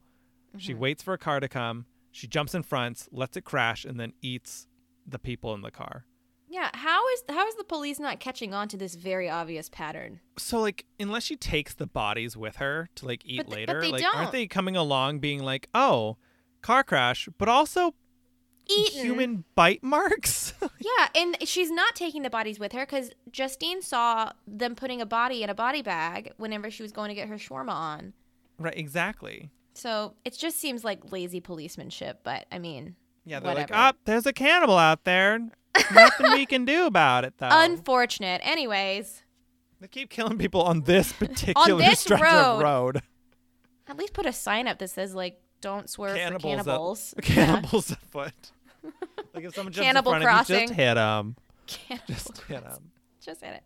Speaker 2: She waits for a car to come, she jumps in front, lets it crash, and then eats the people in the car.
Speaker 1: Yeah, how is how is the police not catching on to this very obvious pattern?
Speaker 2: so like unless she takes the bodies with her to like eat
Speaker 1: But th- but
Speaker 2: later
Speaker 1: they
Speaker 2: like
Speaker 1: don't.
Speaker 2: aren't they coming along being like oh car crash but also
Speaker 1: Eaten.
Speaker 2: human bite marks
Speaker 1: Yeah, and she's not taking the bodies with her because Justine saw them putting a body in a body bag whenever she was going to get her shawarma on.
Speaker 2: right exactly
Speaker 1: So it just seems like lazy policemanship. But I mean,
Speaker 2: yeah they're
Speaker 1: Whatever.
Speaker 2: like oh there's a cannibal out there nothing we can do about it though
Speaker 1: unfortunate. Anyways,
Speaker 2: they keep killing people on this particular
Speaker 1: this
Speaker 2: stretch
Speaker 1: road.
Speaker 2: of road
Speaker 1: at least put a sign up that says like "Don't swerve for
Speaker 2: cannibals
Speaker 1: cannibals."
Speaker 2: Up, cannibals afoot like if someone jumps
Speaker 1: Cannibal
Speaker 2: in front of you
Speaker 1: Crossing.
Speaker 2: just hit them
Speaker 1: Cannibal.
Speaker 2: just hit 'em.
Speaker 1: Just hit it.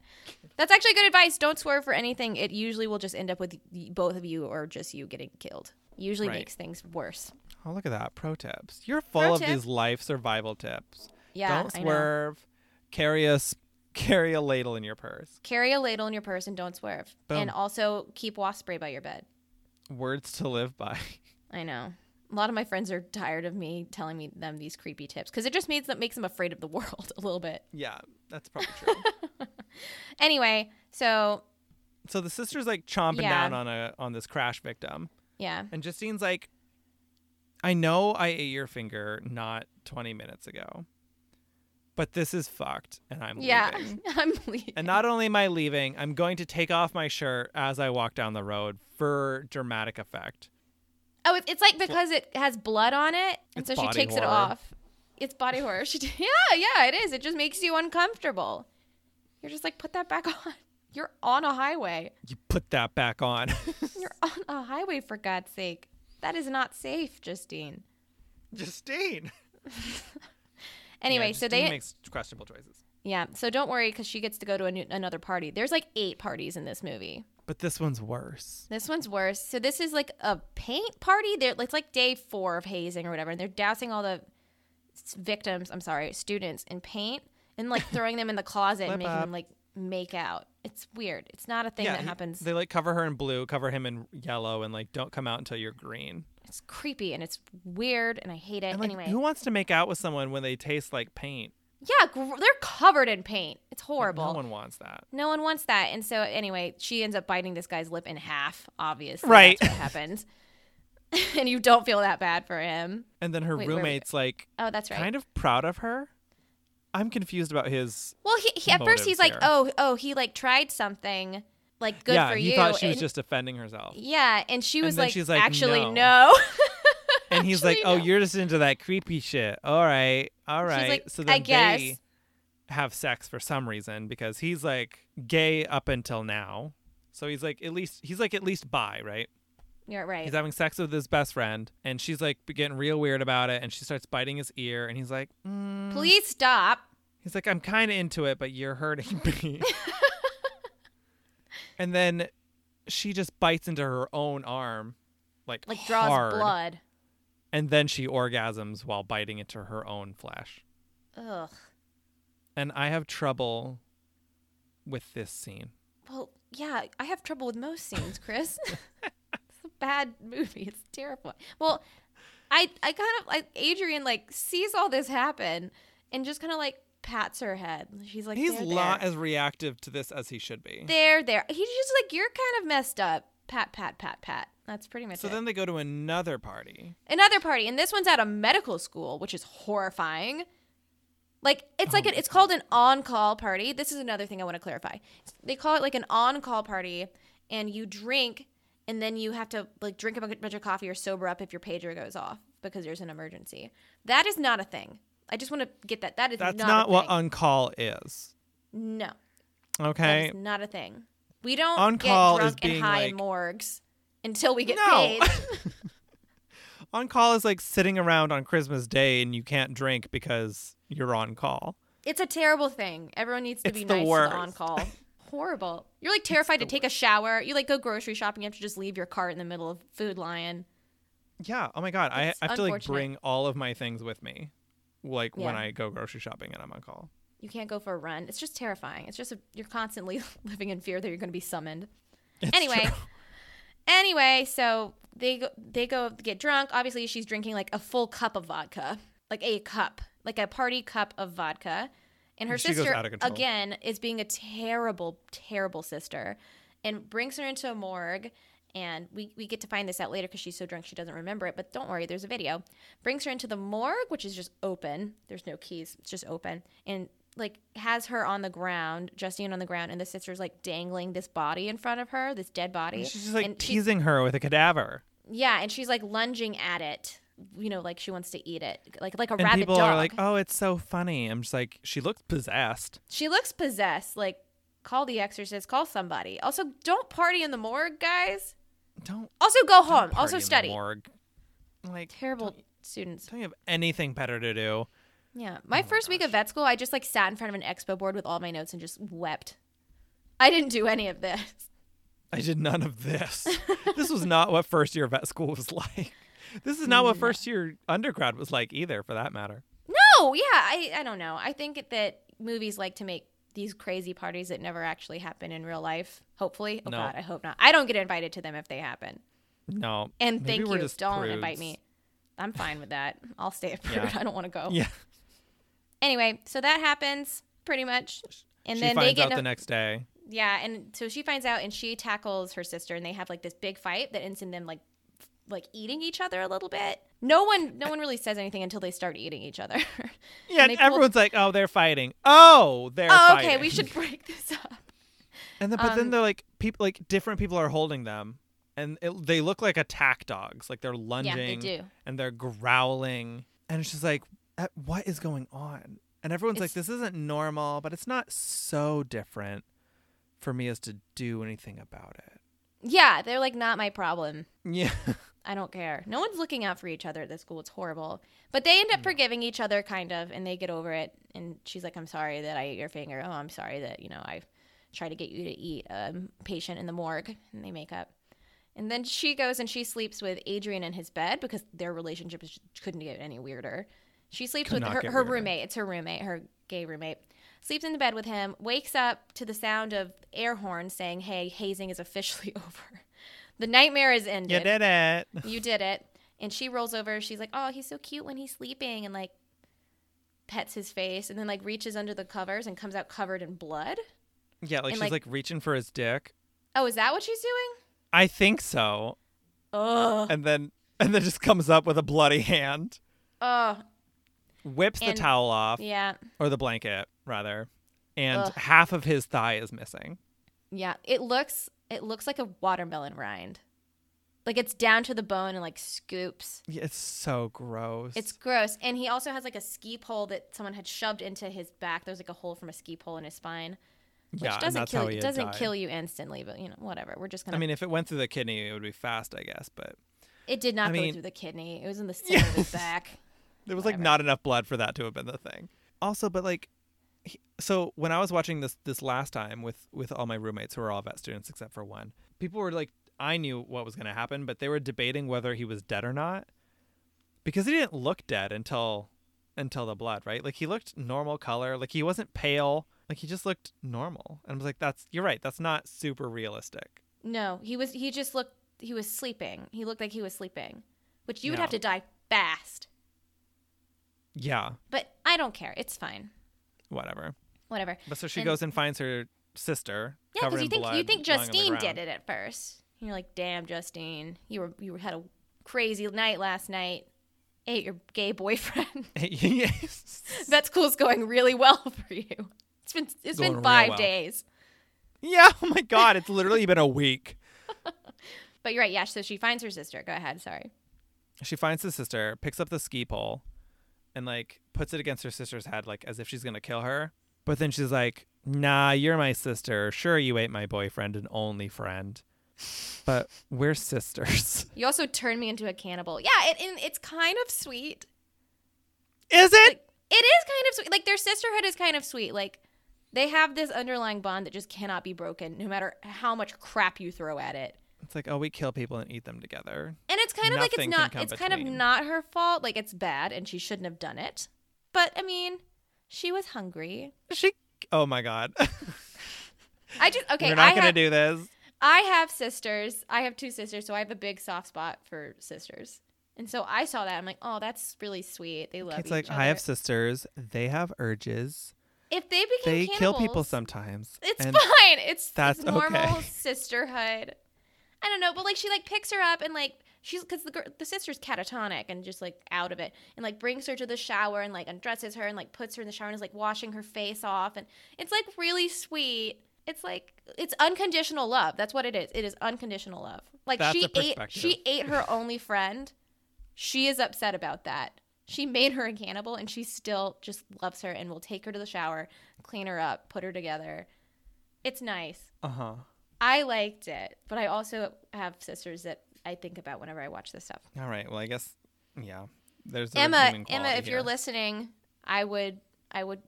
Speaker 1: That's actually good advice. Don't swerve for anything. It usually will just end up with y- both of you or just you getting killed. Usually
Speaker 2: Right.
Speaker 1: makes things worse.
Speaker 2: oh look at that pro tips you're full
Speaker 1: Pro
Speaker 2: of
Speaker 1: tip.
Speaker 2: these life survival tips
Speaker 1: Yeah,
Speaker 2: don't
Speaker 1: I know.
Speaker 2: swerve. Carry a s- carry a ladle in your purse.
Speaker 1: Carry a ladle in your purse and don't swerve.
Speaker 2: Boom.
Speaker 1: And also keep wasp spray by your bed.
Speaker 2: Words to live by.
Speaker 1: I know. A lot of my friends are tired of me telling me them these creepy tips because it just makes them, makes them afraid of the world a little bit.
Speaker 2: yeah, that's probably true.
Speaker 1: Anyway, so
Speaker 2: so the sister's like chomping
Speaker 1: Yeah.
Speaker 2: down on a on this crash victim,
Speaker 1: yeah,
Speaker 2: and Justine's like, "I know I ate your finger not 20 minutes ago, but this is fucked, and I'm
Speaker 1: yeah,
Speaker 2: leaving."
Speaker 1: I'm leaving.
Speaker 2: And not only am I leaving, I'm going to take off my shirt as I walk down the road for dramatic effect.
Speaker 1: Oh, it- it's like because it has blood on it, and
Speaker 2: It's
Speaker 1: so she
Speaker 2: body
Speaker 1: takes it
Speaker 2: horror.
Speaker 1: off. It's body horror. She, t- yeah, yeah, it is. It just makes you uncomfortable. You're just like, put that back on. You're on a highway.
Speaker 2: You put that back on.
Speaker 1: You're on a highway for God's sake. That is not safe, Justine.
Speaker 2: Justine.
Speaker 1: Anyway,
Speaker 2: Yeah,
Speaker 1: so
Speaker 2: Justine
Speaker 1: they
Speaker 2: makes questionable choices.
Speaker 1: yeah, so don't worry because she gets to go to a new, another party. There's like eight parties in this movie.
Speaker 2: But this one's worse.
Speaker 1: This one's worse. So this is like a paint party. They're, it's like day four of hazing or whatever, and they're dousing all the s- victims. I'm sorry, students in paint and like throwing them in the closet and
Speaker 2: Flip
Speaker 1: making them
Speaker 2: up.
Speaker 1: like make out. It's weird. It's not a thing that
Speaker 2: he-
Speaker 1: happens.
Speaker 2: They like cover her in blue, cover him in yellow, and like don't come out until you're green.
Speaker 1: it's creepy and it's weird, and I hate it.
Speaker 2: And like,
Speaker 1: anyway,
Speaker 2: who wants to make out with someone when they taste like paint?
Speaker 1: yeah, gr- they're covered in paint. It's horrible.
Speaker 2: No one wants that.
Speaker 1: No one wants that. And so anyway, she ends up biting this guy's lip in half. Obviously,
Speaker 2: Right.
Speaker 1: That's what happens. and you don't feel that bad for him.
Speaker 2: And then her
Speaker 1: Wait, where were-
Speaker 2: roommate's like
Speaker 1: Oh, that's right.
Speaker 2: kind of proud of her. I'm confused about his.
Speaker 1: Well, he, he at first he's
Speaker 2: motives
Speaker 1: like,
Speaker 2: here.
Speaker 1: "Oh, oh, he like tried something, like good
Speaker 2: yeah,
Speaker 1: for
Speaker 2: he
Speaker 1: you."
Speaker 2: thought she was
Speaker 1: and,
Speaker 2: just defending herself,
Speaker 1: yeah, and she was
Speaker 2: then
Speaker 1: like,
Speaker 2: she's like,
Speaker 1: "Actually, no."
Speaker 2: "No." and he's like,
Speaker 1: Actually,
Speaker 2: "Oh,
Speaker 1: no.
Speaker 2: you're just into that creepy shit." All right, all right.
Speaker 1: like,
Speaker 2: so
Speaker 1: "I
Speaker 2: then
Speaker 1: guess."
Speaker 2: they have sex for some reason because he's like gay up until now. So he's like at least he's like at least bi, right?
Speaker 1: You're right.
Speaker 2: He's having sex with his best friend, and she's like getting real weird about it, and she starts biting his ear, and he's like, mm.
Speaker 1: Please stop.
Speaker 2: he's like, I'm kind of into it, but you're hurting me. and then she just bites into her own arm, like
Speaker 1: Like draws
Speaker 2: hard,
Speaker 1: blood.
Speaker 2: and then she orgasms while biting into her own flesh.
Speaker 1: Ugh.
Speaker 2: And I have trouble with this scene.
Speaker 1: Well, yeah, I have trouble with most scenes, Chris. it's a bad movie. It's terrifying. Well, I I kind of like Adrian like sees all this happen and just kind of like pats her head. She's like,
Speaker 2: He's
Speaker 1: "There,
Speaker 2: not
Speaker 1: there.
Speaker 2: as reactive to this as he should be.
Speaker 1: there, there. He's just like, you're kind of messed up. Pat, pat, pat, pat. That's pretty much
Speaker 2: so
Speaker 1: it.
Speaker 2: then they go to another party.
Speaker 1: Another party, and this one's at a medical school, which is horrifying. Like it's
Speaker 2: Oh
Speaker 1: like a, it's called an on-call party. This is another thing I want to clarify. They call it like an on-call party, and you drink, and then you have to like drink a bu- bunch of coffee or sober up if your pager goes off because there's an emergency. That is not a thing. I just want to get that. That is
Speaker 2: That's
Speaker 1: not,
Speaker 2: not,
Speaker 1: a
Speaker 2: what
Speaker 1: thing.
Speaker 2: on call is.
Speaker 1: no, that
Speaker 2: Okay.
Speaker 1: is not a thing. We don't
Speaker 2: On-call
Speaker 1: get
Speaker 2: is
Speaker 1: drunk
Speaker 2: being,
Speaker 1: and high
Speaker 2: like-
Speaker 1: in morgues until we get
Speaker 2: No.
Speaker 1: paid.
Speaker 2: On call is like sitting around on Christmas Day and you can't drink because you're on call.
Speaker 1: It's a terrible thing. Everyone needs to
Speaker 2: It's
Speaker 1: be
Speaker 2: the
Speaker 1: nice
Speaker 2: worst.
Speaker 1: to on call. Horrible. You're like terrified to take a shower. You like go grocery shopping. You have to just leave your cart in the middle of Food Lion.
Speaker 2: Yeah. Oh my God. I,
Speaker 1: It's
Speaker 2: I have to like
Speaker 1: unfortunate.
Speaker 2: bring all of my things with me, like when
Speaker 1: Yeah.
Speaker 2: I go grocery shopping and I'm on call.
Speaker 1: You can't go for a run. It's just terrifying. It's just a, you're constantly living in fear that you're going to be summoned. anyway,
Speaker 2: true.
Speaker 1: anyway, so they go, they go get drunk. Obviously, she's drinking like a full cup of vodka, like a cup, like a party cup of vodka. And her
Speaker 2: She goes
Speaker 1: sister
Speaker 2: out of control.
Speaker 1: again is being a terrible, terrible sister, and brings her into a morgue. And we, we get to find this out later because she's so drunk she doesn't remember it. But don't worry, there's a video. Brings her into the morgue, which is just open. There's no keys. It's just open. And like has her on the ground, Justine on the ground, and the sister's like dangling this body in front of her, this dead body.
Speaker 2: She's just like
Speaker 1: and she-
Speaker 2: teasing her with a cadaver.
Speaker 1: yeah, and she's like lunging at it. You know, like she wants to eat it, like like a
Speaker 2: And
Speaker 1: rabid
Speaker 2: people
Speaker 1: dog.
Speaker 2: are like, oh, it's so funny. I'm just like, she looks possessed.
Speaker 1: She looks possessed. Like, call the exorcist. Call somebody. Also, don't party in the morgue, guys.
Speaker 2: Don't
Speaker 1: Also, go
Speaker 2: don't
Speaker 1: home.
Speaker 2: party
Speaker 1: Also,
Speaker 2: in the
Speaker 1: study.
Speaker 2: morgue. Like,
Speaker 1: Terrible
Speaker 2: Don't,
Speaker 1: students.
Speaker 2: don't you have anything better to do?
Speaker 1: Yeah, my first week of vet school, I just like sat in front of an expo board with all my notes and just wept. I didn't do any of this.
Speaker 2: I did none of this. this was not what first year vet school was like. This is not
Speaker 1: Mm.
Speaker 2: what first year undergrad was like either, for that matter.
Speaker 1: No, yeah, I I don't know. I think that movies like to make these crazy parties that never actually happen in real life. Hopefully, oh
Speaker 2: No.
Speaker 1: god, I hope not. I don't get invited to them if they happen.
Speaker 2: No.
Speaker 1: And
Speaker 2: Maybe
Speaker 1: thank
Speaker 2: we're
Speaker 1: you.
Speaker 2: just
Speaker 1: Don't
Speaker 2: prudes.
Speaker 1: invite me. I'm fine with that. I'll stay a prude.
Speaker 2: Yeah.
Speaker 1: I don't want to go.
Speaker 2: Yeah.
Speaker 1: Anyway, so that happens pretty much. And
Speaker 2: she
Speaker 1: then
Speaker 2: finds
Speaker 1: they get in
Speaker 2: out
Speaker 1: a-
Speaker 2: the next day.
Speaker 1: yeah, and so she finds out and she tackles her sister and they have like this big fight that ends in them like f- like eating each other a little bit. No one no one really says anything until they start eating each other.
Speaker 2: Yeah,
Speaker 1: And
Speaker 2: and
Speaker 1: they pulled-
Speaker 2: everyone's like, "Oh, they're fighting. Oh, they're
Speaker 1: Oh,
Speaker 2: fighting."
Speaker 1: okay, we should break this up.
Speaker 2: And then, but then
Speaker 1: um,
Speaker 2: they're like people, like different people are holding them, and it, they look like attack dogs. Like they're lunging.
Speaker 1: do.
Speaker 2: And they're growling, and it's just like, "Uh, what is going on? And everyone's like,
Speaker 1: It's-
Speaker 2: this isn't normal, but it's not so different for me as to do anything about it.
Speaker 1: Yeah, they're like not my problem.
Speaker 2: Yeah.
Speaker 1: I don't care. No one's looking out for each other at this school. It's horrible. But they
Speaker 2: Mm.
Speaker 1: end up forgiving each other kind of and they get over it and she's like, I'm sorry that I ate your finger. Oh, I'm sorry that, you know, I tried to get you to eat a patient in the morgue and they make up. And then she goes and she sleeps with Adrian in his bed because their relationship is, couldn't get any weirder. She sleeps
Speaker 2: Could
Speaker 1: with
Speaker 2: not
Speaker 1: her,
Speaker 2: get
Speaker 1: her
Speaker 2: weirder.
Speaker 1: roommate. It's her roommate, her gay roommate. Sleeps in the bed with him, wakes up to the sound of air horn saying, Hey, hazing is officially over. The nightmare is ended
Speaker 2: You did it.
Speaker 1: you did it. And she rolls over. She's like, oh, he's so cute when he's sleeping, and like pets his face, and then like reaches under the covers and comes out covered in blood.
Speaker 2: Yeah, like
Speaker 1: And,
Speaker 2: she's
Speaker 1: like-
Speaker 2: like reaching for his dick.
Speaker 1: Oh, is that what she's doing?
Speaker 2: I think so.
Speaker 1: Oh,
Speaker 2: And then and then just comes up with a bloody hand,
Speaker 1: oh,
Speaker 2: whips the
Speaker 1: And-
Speaker 2: towel off
Speaker 1: yeah,
Speaker 2: or the blanket rather, and
Speaker 1: Ugh.
Speaker 2: half of his thigh is missing.
Speaker 1: yeah. It looks, it looks like a watermelon rind, like it's down to the bone and like scoops.
Speaker 2: Yeah, it's so gross.
Speaker 1: It's gross. And he also has like a ski pole that someone had shoved into his back. There's like a hole from a ski pole in his spine, which
Speaker 2: yeah, and
Speaker 1: doesn't
Speaker 2: that's
Speaker 1: kill
Speaker 2: how
Speaker 1: you.
Speaker 2: he had
Speaker 1: Doesn't
Speaker 2: died.
Speaker 1: kill you instantly, but you know, whatever. We're just gonna
Speaker 2: I mean, if it went through the kidney, it would be fast, I guess. But
Speaker 1: It did not
Speaker 2: I
Speaker 1: go
Speaker 2: mean-
Speaker 1: through the kidney. It was in the center of his back.
Speaker 2: There was like not enough blood for that to have been the thing. Also, but like, he- so when I was watching this this last time with with all my roommates who were all vet students except for one, people were like, I knew what was going to happen, but they were debating whether he was dead or not because he didn't look dead until until the blood, right? Like he looked normal color, like he wasn't pale, like he just looked normal. And I was like, that's you're right, that's not super realistic.
Speaker 1: No, he was. He just looked. He was sleeping. He looked like he was sleeping, which you would
Speaker 2: Yeah.
Speaker 1: have to die fast.
Speaker 2: Yeah,
Speaker 1: But I I don't care. It's fine.
Speaker 2: Whatever.
Speaker 1: Whatever.
Speaker 2: But so she
Speaker 1: And-
Speaker 2: goes and finds her sister.
Speaker 1: Yeah,
Speaker 2: covered
Speaker 1: because you
Speaker 2: in
Speaker 1: think you
Speaker 2: blood,
Speaker 1: think
Speaker 2: lying on the
Speaker 1: Justine
Speaker 2: ground.
Speaker 1: did it at first. And you're like, damn, Justine, you were you had a crazy night last night. Ate your gay boyfriend.
Speaker 2: yes.
Speaker 1: That's cool. It's going really well for you. It's been it's
Speaker 2: Going
Speaker 1: been
Speaker 2: real
Speaker 1: five
Speaker 2: well.
Speaker 1: days.
Speaker 2: Yeah. Oh my God. It's literally been a week.
Speaker 1: But you're right. Yeah. So she finds her sister. Go ahead. Sorry.
Speaker 2: She finds the sister, picks up the ski pole, and like puts it against her sister's head, like as if she's gonna kill her. But then she's like, "Nah, you're my sister. Sure, you ate my boyfriend and only friend, but we're sisters."
Speaker 1: You also turned me into a cannibal. Yeah. It, and it's kind of sweet.
Speaker 2: Is it?
Speaker 1: Like, it is kind of sweet. Like their sisterhood is kind of sweet. Like they have this underlying bond that just cannot be broken, no matter how much crap you throw at it.
Speaker 2: It's like, oh, we kill people and eat them together.
Speaker 1: And it's kind of like it's
Speaker 2: Nothing
Speaker 1: not
Speaker 2: can come
Speaker 1: it's kind of
Speaker 2: between.
Speaker 1: not her fault. Like it's bad and she shouldn't have done it. But I mean, she was hungry.
Speaker 2: She. Oh my God.
Speaker 1: I just okay,
Speaker 2: we're not
Speaker 1: I
Speaker 2: gonna
Speaker 1: have,
Speaker 2: do this.
Speaker 1: I have sisters. I have two sisters, so I have a big soft spot for sisters. And so I saw that. I'm like, "Oh, that's really sweet. They love
Speaker 2: It's
Speaker 1: each
Speaker 2: like
Speaker 1: other."
Speaker 2: I have sisters. They have urges.
Speaker 1: if they became
Speaker 2: They kill people
Speaker 1: cannibals,
Speaker 2: sometimes.
Speaker 1: It's
Speaker 2: and
Speaker 1: fine. It's
Speaker 2: that's
Speaker 1: that's normal
Speaker 2: okay.
Speaker 1: sisterhood. I don't know, but like she like picks her up and like she's because the girl, the sister's catatonic and just like out of it and like brings her to the shower and like undresses her and like puts her in the shower and is like washing her face off and it's like really sweet. It's like it's unconditional love. That's what it is. It is unconditional love. Like
Speaker 2: That's
Speaker 1: she
Speaker 2: a
Speaker 1: ate
Speaker 2: perspective.
Speaker 1: she ate her only friend. She is upset about that. She made her a cannibal and she still just loves her and will take her to the shower, clean her up, put her together. It's nice.
Speaker 2: Uh huh.
Speaker 1: I liked it, but I also have sisters that I think about whenever I watch this stuff.
Speaker 2: All right. Well, I guess. Yeah. There's the
Speaker 1: Emma,
Speaker 2: redeeming
Speaker 1: Emma,
Speaker 2: quality
Speaker 1: if you're
Speaker 2: here.
Speaker 1: listening, I would I would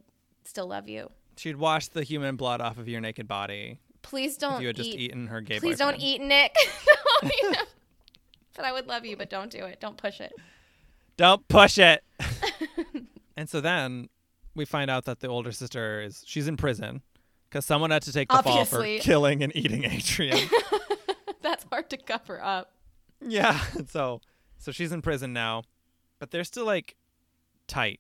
Speaker 1: still love you.
Speaker 2: she'd wash the human blood off of your naked body
Speaker 1: Please
Speaker 2: if
Speaker 1: don't
Speaker 2: you had just
Speaker 1: eat,
Speaker 2: eaten her gay.
Speaker 1: Please
Speaker 2: boyfriend.
Speaker 1: don't eat Nick. but I would love you, but don't do it. Don't push it.
Speaker 2: Don't push it. and so then we find out that the older sister is she's in prison because someone had to take the fall
Speaker 1: Obviously.
Speaker 2: for killing and eating Adrian.
Speaker 1: That's hard to cover up.
Speaker 2: yeah. So so she's in prison now, but they're still like tight.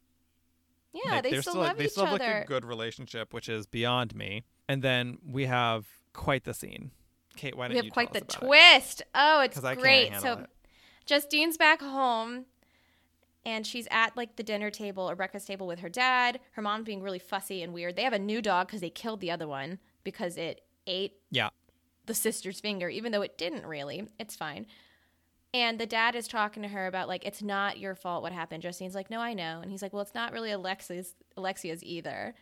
Speaker 1: Yeah,
Speaker 2: Like,
Speaker 1: they
Speaker 2: they're
Speaker 1: still,
Speaker 2: like-
Speaker 1: love
Speaker 2: they
Speaker 1: each
Speaker 2: still have
Speaker 1: other.
Speaker 2: like a good relationship, which is beyond me. And then we have quite the scene. Kate, why don't
Speaker 1: we have
Speaker 2: you
Speaker 1: quite the
Speaker 2: tell us about it?
Speaker 1: twist. Oh, it's
Speaker 2: 'Cause I can't
Speaker 1: great.
Speaker 2: handle
Speaker 1: So
Speaker 2: it.
Speaker 1: Justine's back home and she's at like the dinner table or breakfast table with her dad. Her mom's being really fussy and weird. They have a new dog because they killed the other one because it ate
Speaker 2: Yeah.
Speaker 1: the sister's finger, even though it didn't really. It's fine. And the dad is talking to her about like it's not your fault what happened. Justine's like, no, I know, and he's like, well, it's not really Alexia's Alexia's either.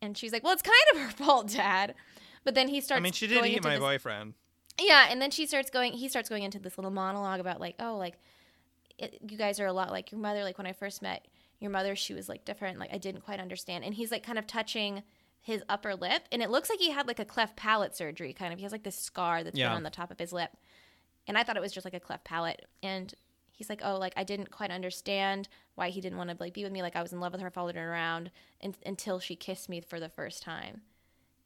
Speaker 1: And she's like, well, it's kind of her fault, Dad. But then he starts.
Speaker 2: I mean, she did
Speaker 1: going
Speaker 2: eat
Speaker 1: into
Speaker 2: my
Speaker 1: this-
Speaker 2: boyfriend.
Speaker 1: yeah, and then she starts going. He starts going into this little monologue about like, oh, like it, you guys are a lot like your mother. Like when I first met your mother, she was like different. Like I didn't quite understand. And he's like kind of touching his upper lip, and it looks like he had like a cleft palate surgery. Kind of, he has like this scar that's
Speaker 2: Yeah.
Speaker 1: been on the top of his lip, and I thought it was just like a cleft palate. And he's like, oh, like I didn't quite understand why he didn't want to like be with me. Like I was in love with her, followed her around un until she kissed me for the first time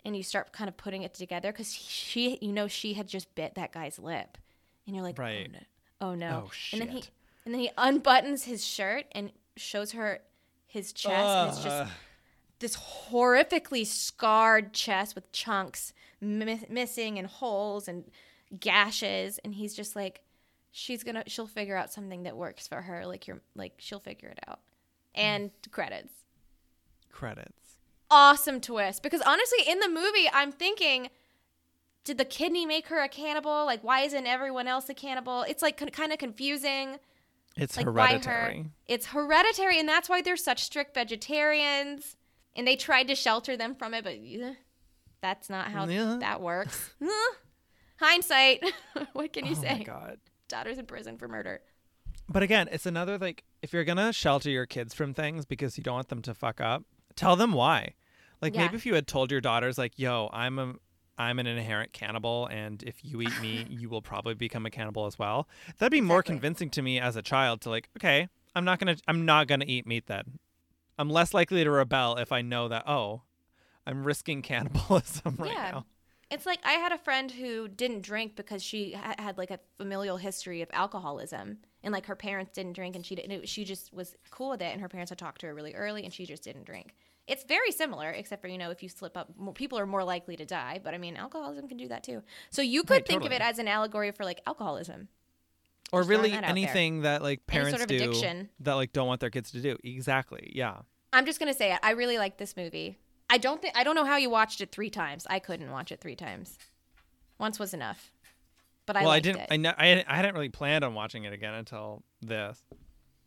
Speaker 1: and you start kind of putting it together because she, you know, she had just bit that guy's lip, and you're like,
Speaker 2: Right.
Speaker 1: oh no, oh, no.
Speaker 2: Oh,
Speaker 1: And then he,
Speaker 2: shit.
Speaker 1: and then he unbuttons his shirt and shows her his chest, and it's just
Speaker 2: Ugh.
Speaker 1: this horrifically scarred chest with chunks mi- missing and holes and gashes, and he's just like, she's gonna, she'll figure out something that works for her, like you're, like she'll figure it out, and credits
Speaker 2: credits.
Speaker 1: awesome twist because honestly in the movie i'm thinking did the kidney make her a cannibal like why isn't everyone else a cannibal it's like kind of confusing
Speaker 2: It's
Speaker 1: like
Speaker 2: hereditary.
Speaker 1: why her it's hereditary and that's why they're such strict vegetarians and they tried to shelter them from it but eh, that's not how
Speaker 2: Yeah.
Speaker 1: that works Eh, hindsight what can you
Speaker 2: oh my
Speaker 1: say
Speaker 2: god.
Speaker 1: daughter's in prison for murder
Speaker 2: But again, it's another like if you're gonna shelter your kids from things because you don't want them to fuck up, tell them why. Like
Speaker 1: Yeah.
Speaker 2: maybe if you had told your daughters like, "Yo, I'm a I'm an inherent cannibal, and if you eat me, you will probably become a cannibal as well." That'd be more
Speaker 1: Exactly.
Speaker 2: convincing to me as a child to like, okay, I'm not gonna I'm not gonna eat meat then. I'm less likely to rebel if I know that oh, I'm risking cannibalism right
Speaker 1: Yeah.
Speaker 2: now.
Speaker 1: It's like I had a friend who didn't drink because she ha- had like a familial history of alcoholism, and like her parents didn't drink, and she didn't. It, she just was cool with it, and her parents had talked to her really early, and she just didn't drink. It's very similar, except for you know, if you slip up, more, people are more likely to die. But I mean, alcoholism can do that too. So you could
Speaker 2: Right,
Speaker 1: think
Speaker 2: totally.
Speaker 1: of it as an allegory for like alcoholism.
Speaker 2: or
Speaker 1: Just throwing
Speaker 2: really
Speaker 1: that out there.
Speaker 2: anything that like
Speaker 1: Any
Speaker 2: parents
Speaker 1: sort of
Speaker 2: do
Speaker 1: addiction.
Speaker 2: that like don't want their kids to do. Exactly. Yeah.
Speaker 1: I'm just gonna say it. I really like this movie. I don't think I don't know how you watched it three times. I couldn't watch it three times. Once was enough. But I
Speaker 2: well, I
Speaker 1: liked
Speaker 2: didn't.
Speaker 1: it.
Speaker 2: I, ne- I hadn't- I hadn't really planned on watching it again until this.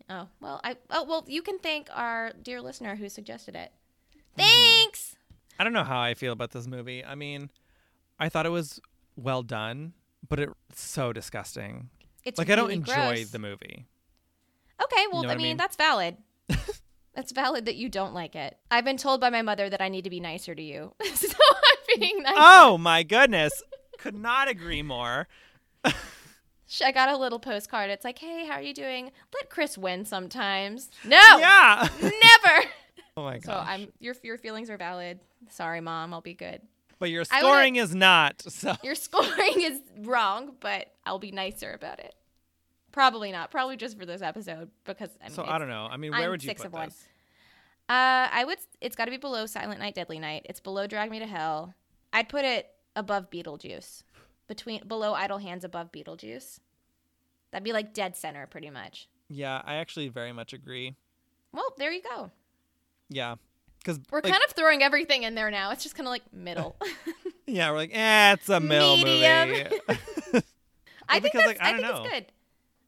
Speaker 1: Oh well, I oh well, you can thank our dear listener who suggested it.
Speaker 2: Mm-hmm.
Speaker 1: Thanks.
Speaker 2: I don't know how I feel about this movie. I mean, I thought it was well done, but it's so disgusting.
Speaker 1: It's
Speaker 2: like I don't
Speaker 1: really
Speaker 2: enjoy
Speaker 1: gross.
Speaker 2: the movie.
Speaker 1: Okay, well,
Speaker 2: know
Speaker 1: I,
Speaker 2: what I
Speaker 1: mean,
Speaker 2: mean?
Speaker 1: that's valid. that's valid that you don't like it. I've been told by my mother that I need to be nicer to you, so I'm being nice.
Speaker 2: Oh my goodness. Could not agree more.
Speaker 1: Sh- I got a little postcard. It's like, hey, how are you doing? Let Chris win sometimes. No,
Speaker 2: Yeah.
Speaker 1: never.
Speaker 2: Oh my
Speaker 1: Oh. So
Speaker 2: god.
Speaker 1: I'm your your feelings are valid. Sorry, mom. I'll be good.
Speaker 2: But your
Speaker 1: I would've-
Speaker 2: scoring is not. So
Speaker 1: Your scoring is wrong, but I'll be nicer about it. Probably not. Probably just for this episode because I mean,
Speaker 2: so
Speaker 1: it's-
Speaker 2: I don't know. I mean, where
Speaker 1: I'm
Speaker 2: would you
Speaker 1: six
Speaker 2: put
Speaker 1: of one.
Speaker 2: this?
Speaker 1: Uh, I would. It's got to be below Silent Night, Deadly Night. It's below Drag Me to Hell. I'd put it above Beetlejuice, between below Idle Hands, above Beetlejuice. That'd be like dead center, pretty much.
Speaker 2: Yeah, I actually very much agree.
Speaker 1: Well, there you go.
Speaker 2: Yeah. Cuz
Speaker 1: We're kind of throwing everything in there now. It's just kind of like middle.
Speaker 2: yeah, we're like, "Eh, it's a middle
Speaker 1: Medium.
Speaker 2: movie."
Speaker 1: I think
Speaker 2: because,
Speaker 1: that's,
Speaker 2: like,
Speaker 1: I,
Speaker 2: I don't
Speaker 1: think
Speaker 2: know.
Speaker 1: it's good.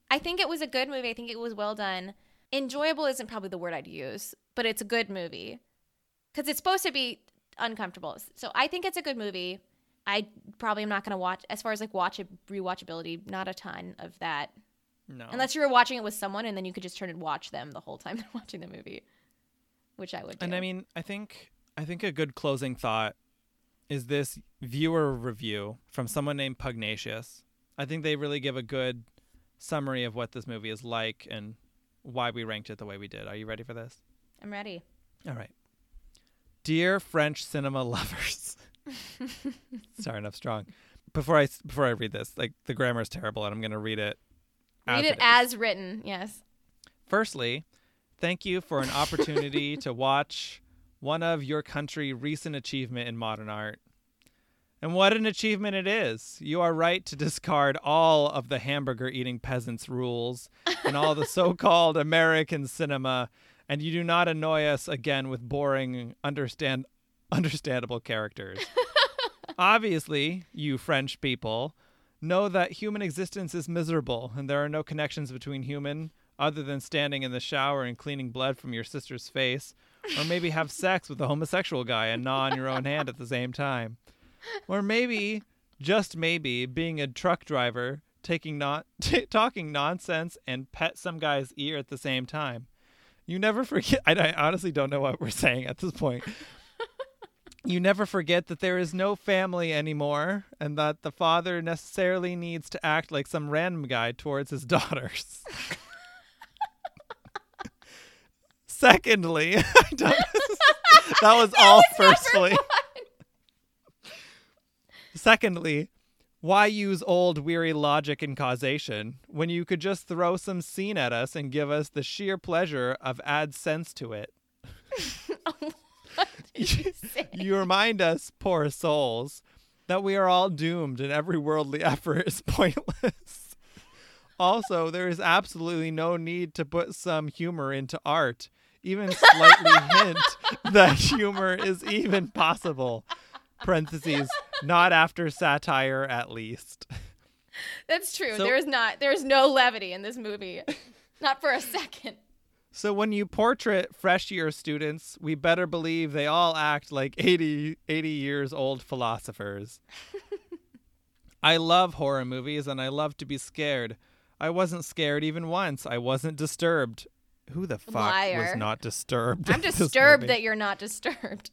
Speaker 1: I think it was a good movie. I think it was well done. Enjoyable isn't probably the word I'd use, but it's a good movie because it's supposed to be uncomfortable. So I think it's a good movie. I probably am not going to watch as far as like watch rewatchability. Not a ton of that,
Speaker 2: no.
Speaker 1: unless you were watching it with someone and then you could just turn and watch them the whole time they're watching the movie, which I would. Do.
Speaker 2: And I mean, I think I think a good closing thought is this viewer review from someone named Pugnacious. I think they really give a good summary of what this movie is like and why we ranked it the way we did. Are you ready for this?
Speaker 1: I'm ready.
Speaker 2: All right. Dear French cinema lovers. Sorry, enough strong. Before I s- before I read this, like the grammar is terrible and I'm going to read it
Speaker 1: Read
Speaker 2: it
Speaker 1: it
Speaker 2: is.
Speaker 1: as written. Yes.
Speaker 2: Firstly, thank you for an opportunity to watch one of your country recent achievement in modern art. And what an achievement it is. You are right to discard all of the hamburger eating peasants rules and all the so-called American cinema and you do not annoy us again with boring understand understandable characters. Obviously, you French people know that human existence is miserable and there are no connections between human other than standing in the shower and cleaning blood from your sister's face or maybe have sex with a homosexual guy and gnaw on your own hand at the same time or maybe just maybe being a truck driver taking not talking nonsense and pet some guy's ear at the same time you never forget I, I honestly don't know what we're saying at this point you never forget that there is no family anymore and that the father necessarily needs to act like some random guy towards his daughters. Secondly, I don't, that was all firstly. Secondly, why use old weary logic and causation when you could just throw some scene at us and give us the sheer pleasure of add sense to it? you remind us, poor souls, that we are all doomed and every worldly effort is pointless. also, there is absolutely no need to put some humor into art, even slightly hint that humor is even possible. Parentheses, not after satire at least.
Speaker 1: That's true.
Speaker 2: So-
Speaker 1: there is not. There is no levity in this movie, not for a second.
Speaker 2: So when you portrait fresh year students, we better believe they all act like 80, 80 years old philosophers. I love horror movies and I love to be scared. I wasn't scared even once. I wasn't disturbed. Who the fuck was
Speaker 1: Liar.
Speaker 2: not disturbed?
Speaker 1: I'm
Speaker 2: at this
Speaker 1: disturbed
Speaker 2: movie?
Speaker 1: that you're not disturbed.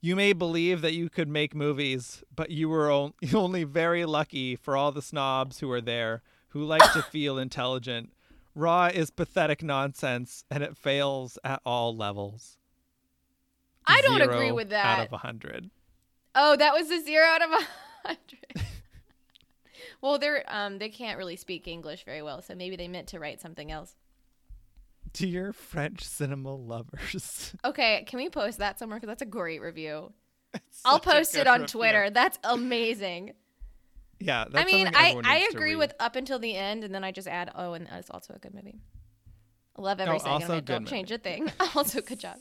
Speaker 2: You may believe that you could make movies, but you were on- only very lucky for all the snobs who are there who like to feel intelligent. Raw is pathetic nonsense and it fails at all levels.
Speaker 1: I don't
Speaker 2: Zero
Speaker 1: agree with
Speaker 2: Out
Speaker 1: that.
Speaker 2: of 100.
Speaker 1: Oh, that was a zero out of a hundred. well, they're um they can't really speak English very well, so maybe they meant to write something else.
Speaker 2: Dear French cinema lovers.
Speaker 1: Okay, can we post that somewhere? Because that's a great review. I'll post it on Twitter. That's amazing.
Speaker 2: Yeah,
Speaker 1: I
Speaker 2: that's
Speaker 1: mean,
Speaker 2: something
Speaker 1: I
Speaker 2: everyone
Speaker 1: I
Speaker 2: needs to
Speaker 1: agree
Speaker 2: read.
Speaker 1: with up until the end, and then I just add oh, and it's also a good movie. I love every
Speaker 2: Oh,
Speaker 1: second of
Speaker 2: also
Speaker 1: it. Don't
Speaker 2: good
Speaker 1: change a thing. also, good job.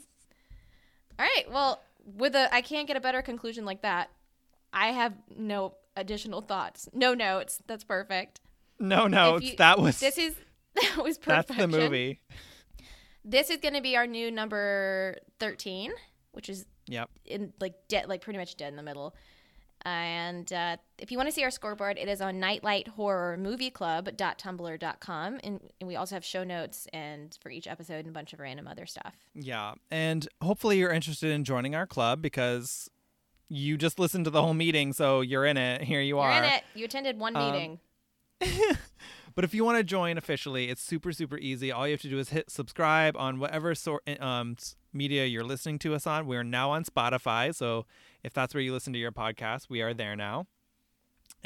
Speaker 1: All right. Well, with a I can't get a better conclusion like that. I have no additional thoughts, no notes. That's perfect.
Speaker 2: No, no,
Speaker 1: If
Speaker 2: it's
Speaker 1: you-
Speaker 2: that was
Speaker 1: This is that was
Speaker 2: that's
Speaker 1: perfection.
Speaker 2: the movie.
Speaker 1: This is going to be our new number thirteen, which is
Speaker 2: Yep.
Speaker 1: in like dead, like pretty much dead in the middle. And uh, if you want to see our scoreboard, it is on nightlighthorrormovieclub.tumblr.com, and, and we also have show notes and for each episode and a bunch of random other stuff.
Speaker 2: Yeah. And hopefully you're interested in joining our club because you just listened to the whole meeting, so you're in it. Here you are.
Speaker 1: You're in it. You attended one
Speaker 2: Um,
Speaker 1: meeting.
Speaker 2: But if you want to join officially, it's super super easy. All you have to do is hit subscribe on whatever sort um s- media you're listening to us on. We are now on Spotify, so if that's where you listen to your podcast, we are there now.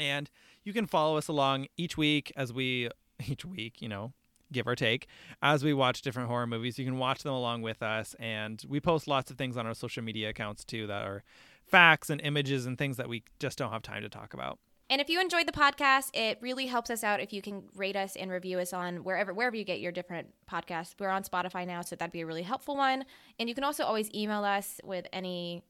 Speaker 2: And you can follow us along each week as we each week, you know, give or take, as we watch different horror movies. You can watch them along with us and we post lots of things on our social media accounts too that are facts and images and things that we just don't have time to talk about.
Speaker 1: And if you enjoyed the podcast, it really helps us out if you can rate us and review us on wherever wherever you get your different podcasts. We're on Spotify now, so that'd be a really helpful one. And you can also always email us with any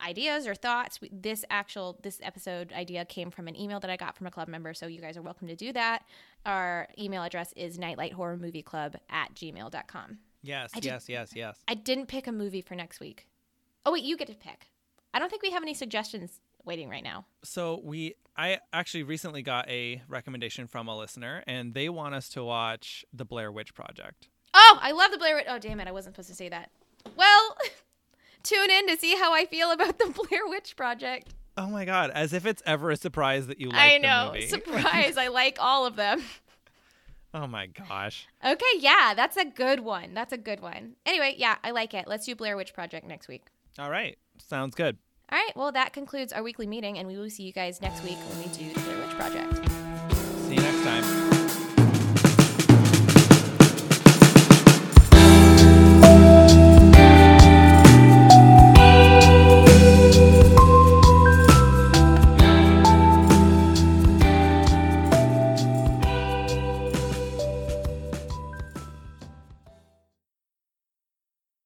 Speaker 1: ideas or thoughts. We, this actual this episode idea came from an email that I got from a club member, so you guys are welcome to do that. Our email address is nightlighthorrormovieclub at gmail.com.
Speaker 2: Yes,
Speaker 1: did-
Speaker 2: yes, yes, yes.
Speaker 1: I didn't pick a movie for next week. Oh wait, you get to pick. I don't think we have any suggestions waiting right now.
Speaker 2: So we I actually recently got a recommendation from a listener and they want us to watch The Blair Witch Project.
Speaker 1: Oh, I love the Blair Witch. Oh, damn it. I wasn't supposed to say that. Well, tune in to see how I feel about the Blair Witch Project.
Speaker 2: Oh my god, as if it's ever a surprise that you like
Speaker 1: I know.
Speaker 2: the movie.
Speaker 1: Surprise. I like all of them.
Speaker 2: oh my gosh.
Speaker 1: Okay, yeah, that's a good one. That's a good one. Anyway, yeah, I like it. Let's do Blair Witch Project next week.
Speaker 2: All right. Sounds good.
Speaker 1: All right, well, that concludes our weekly meeting, and we will see you guys next week when we do the Blair Witch Project.
Speaker 2: See you next time.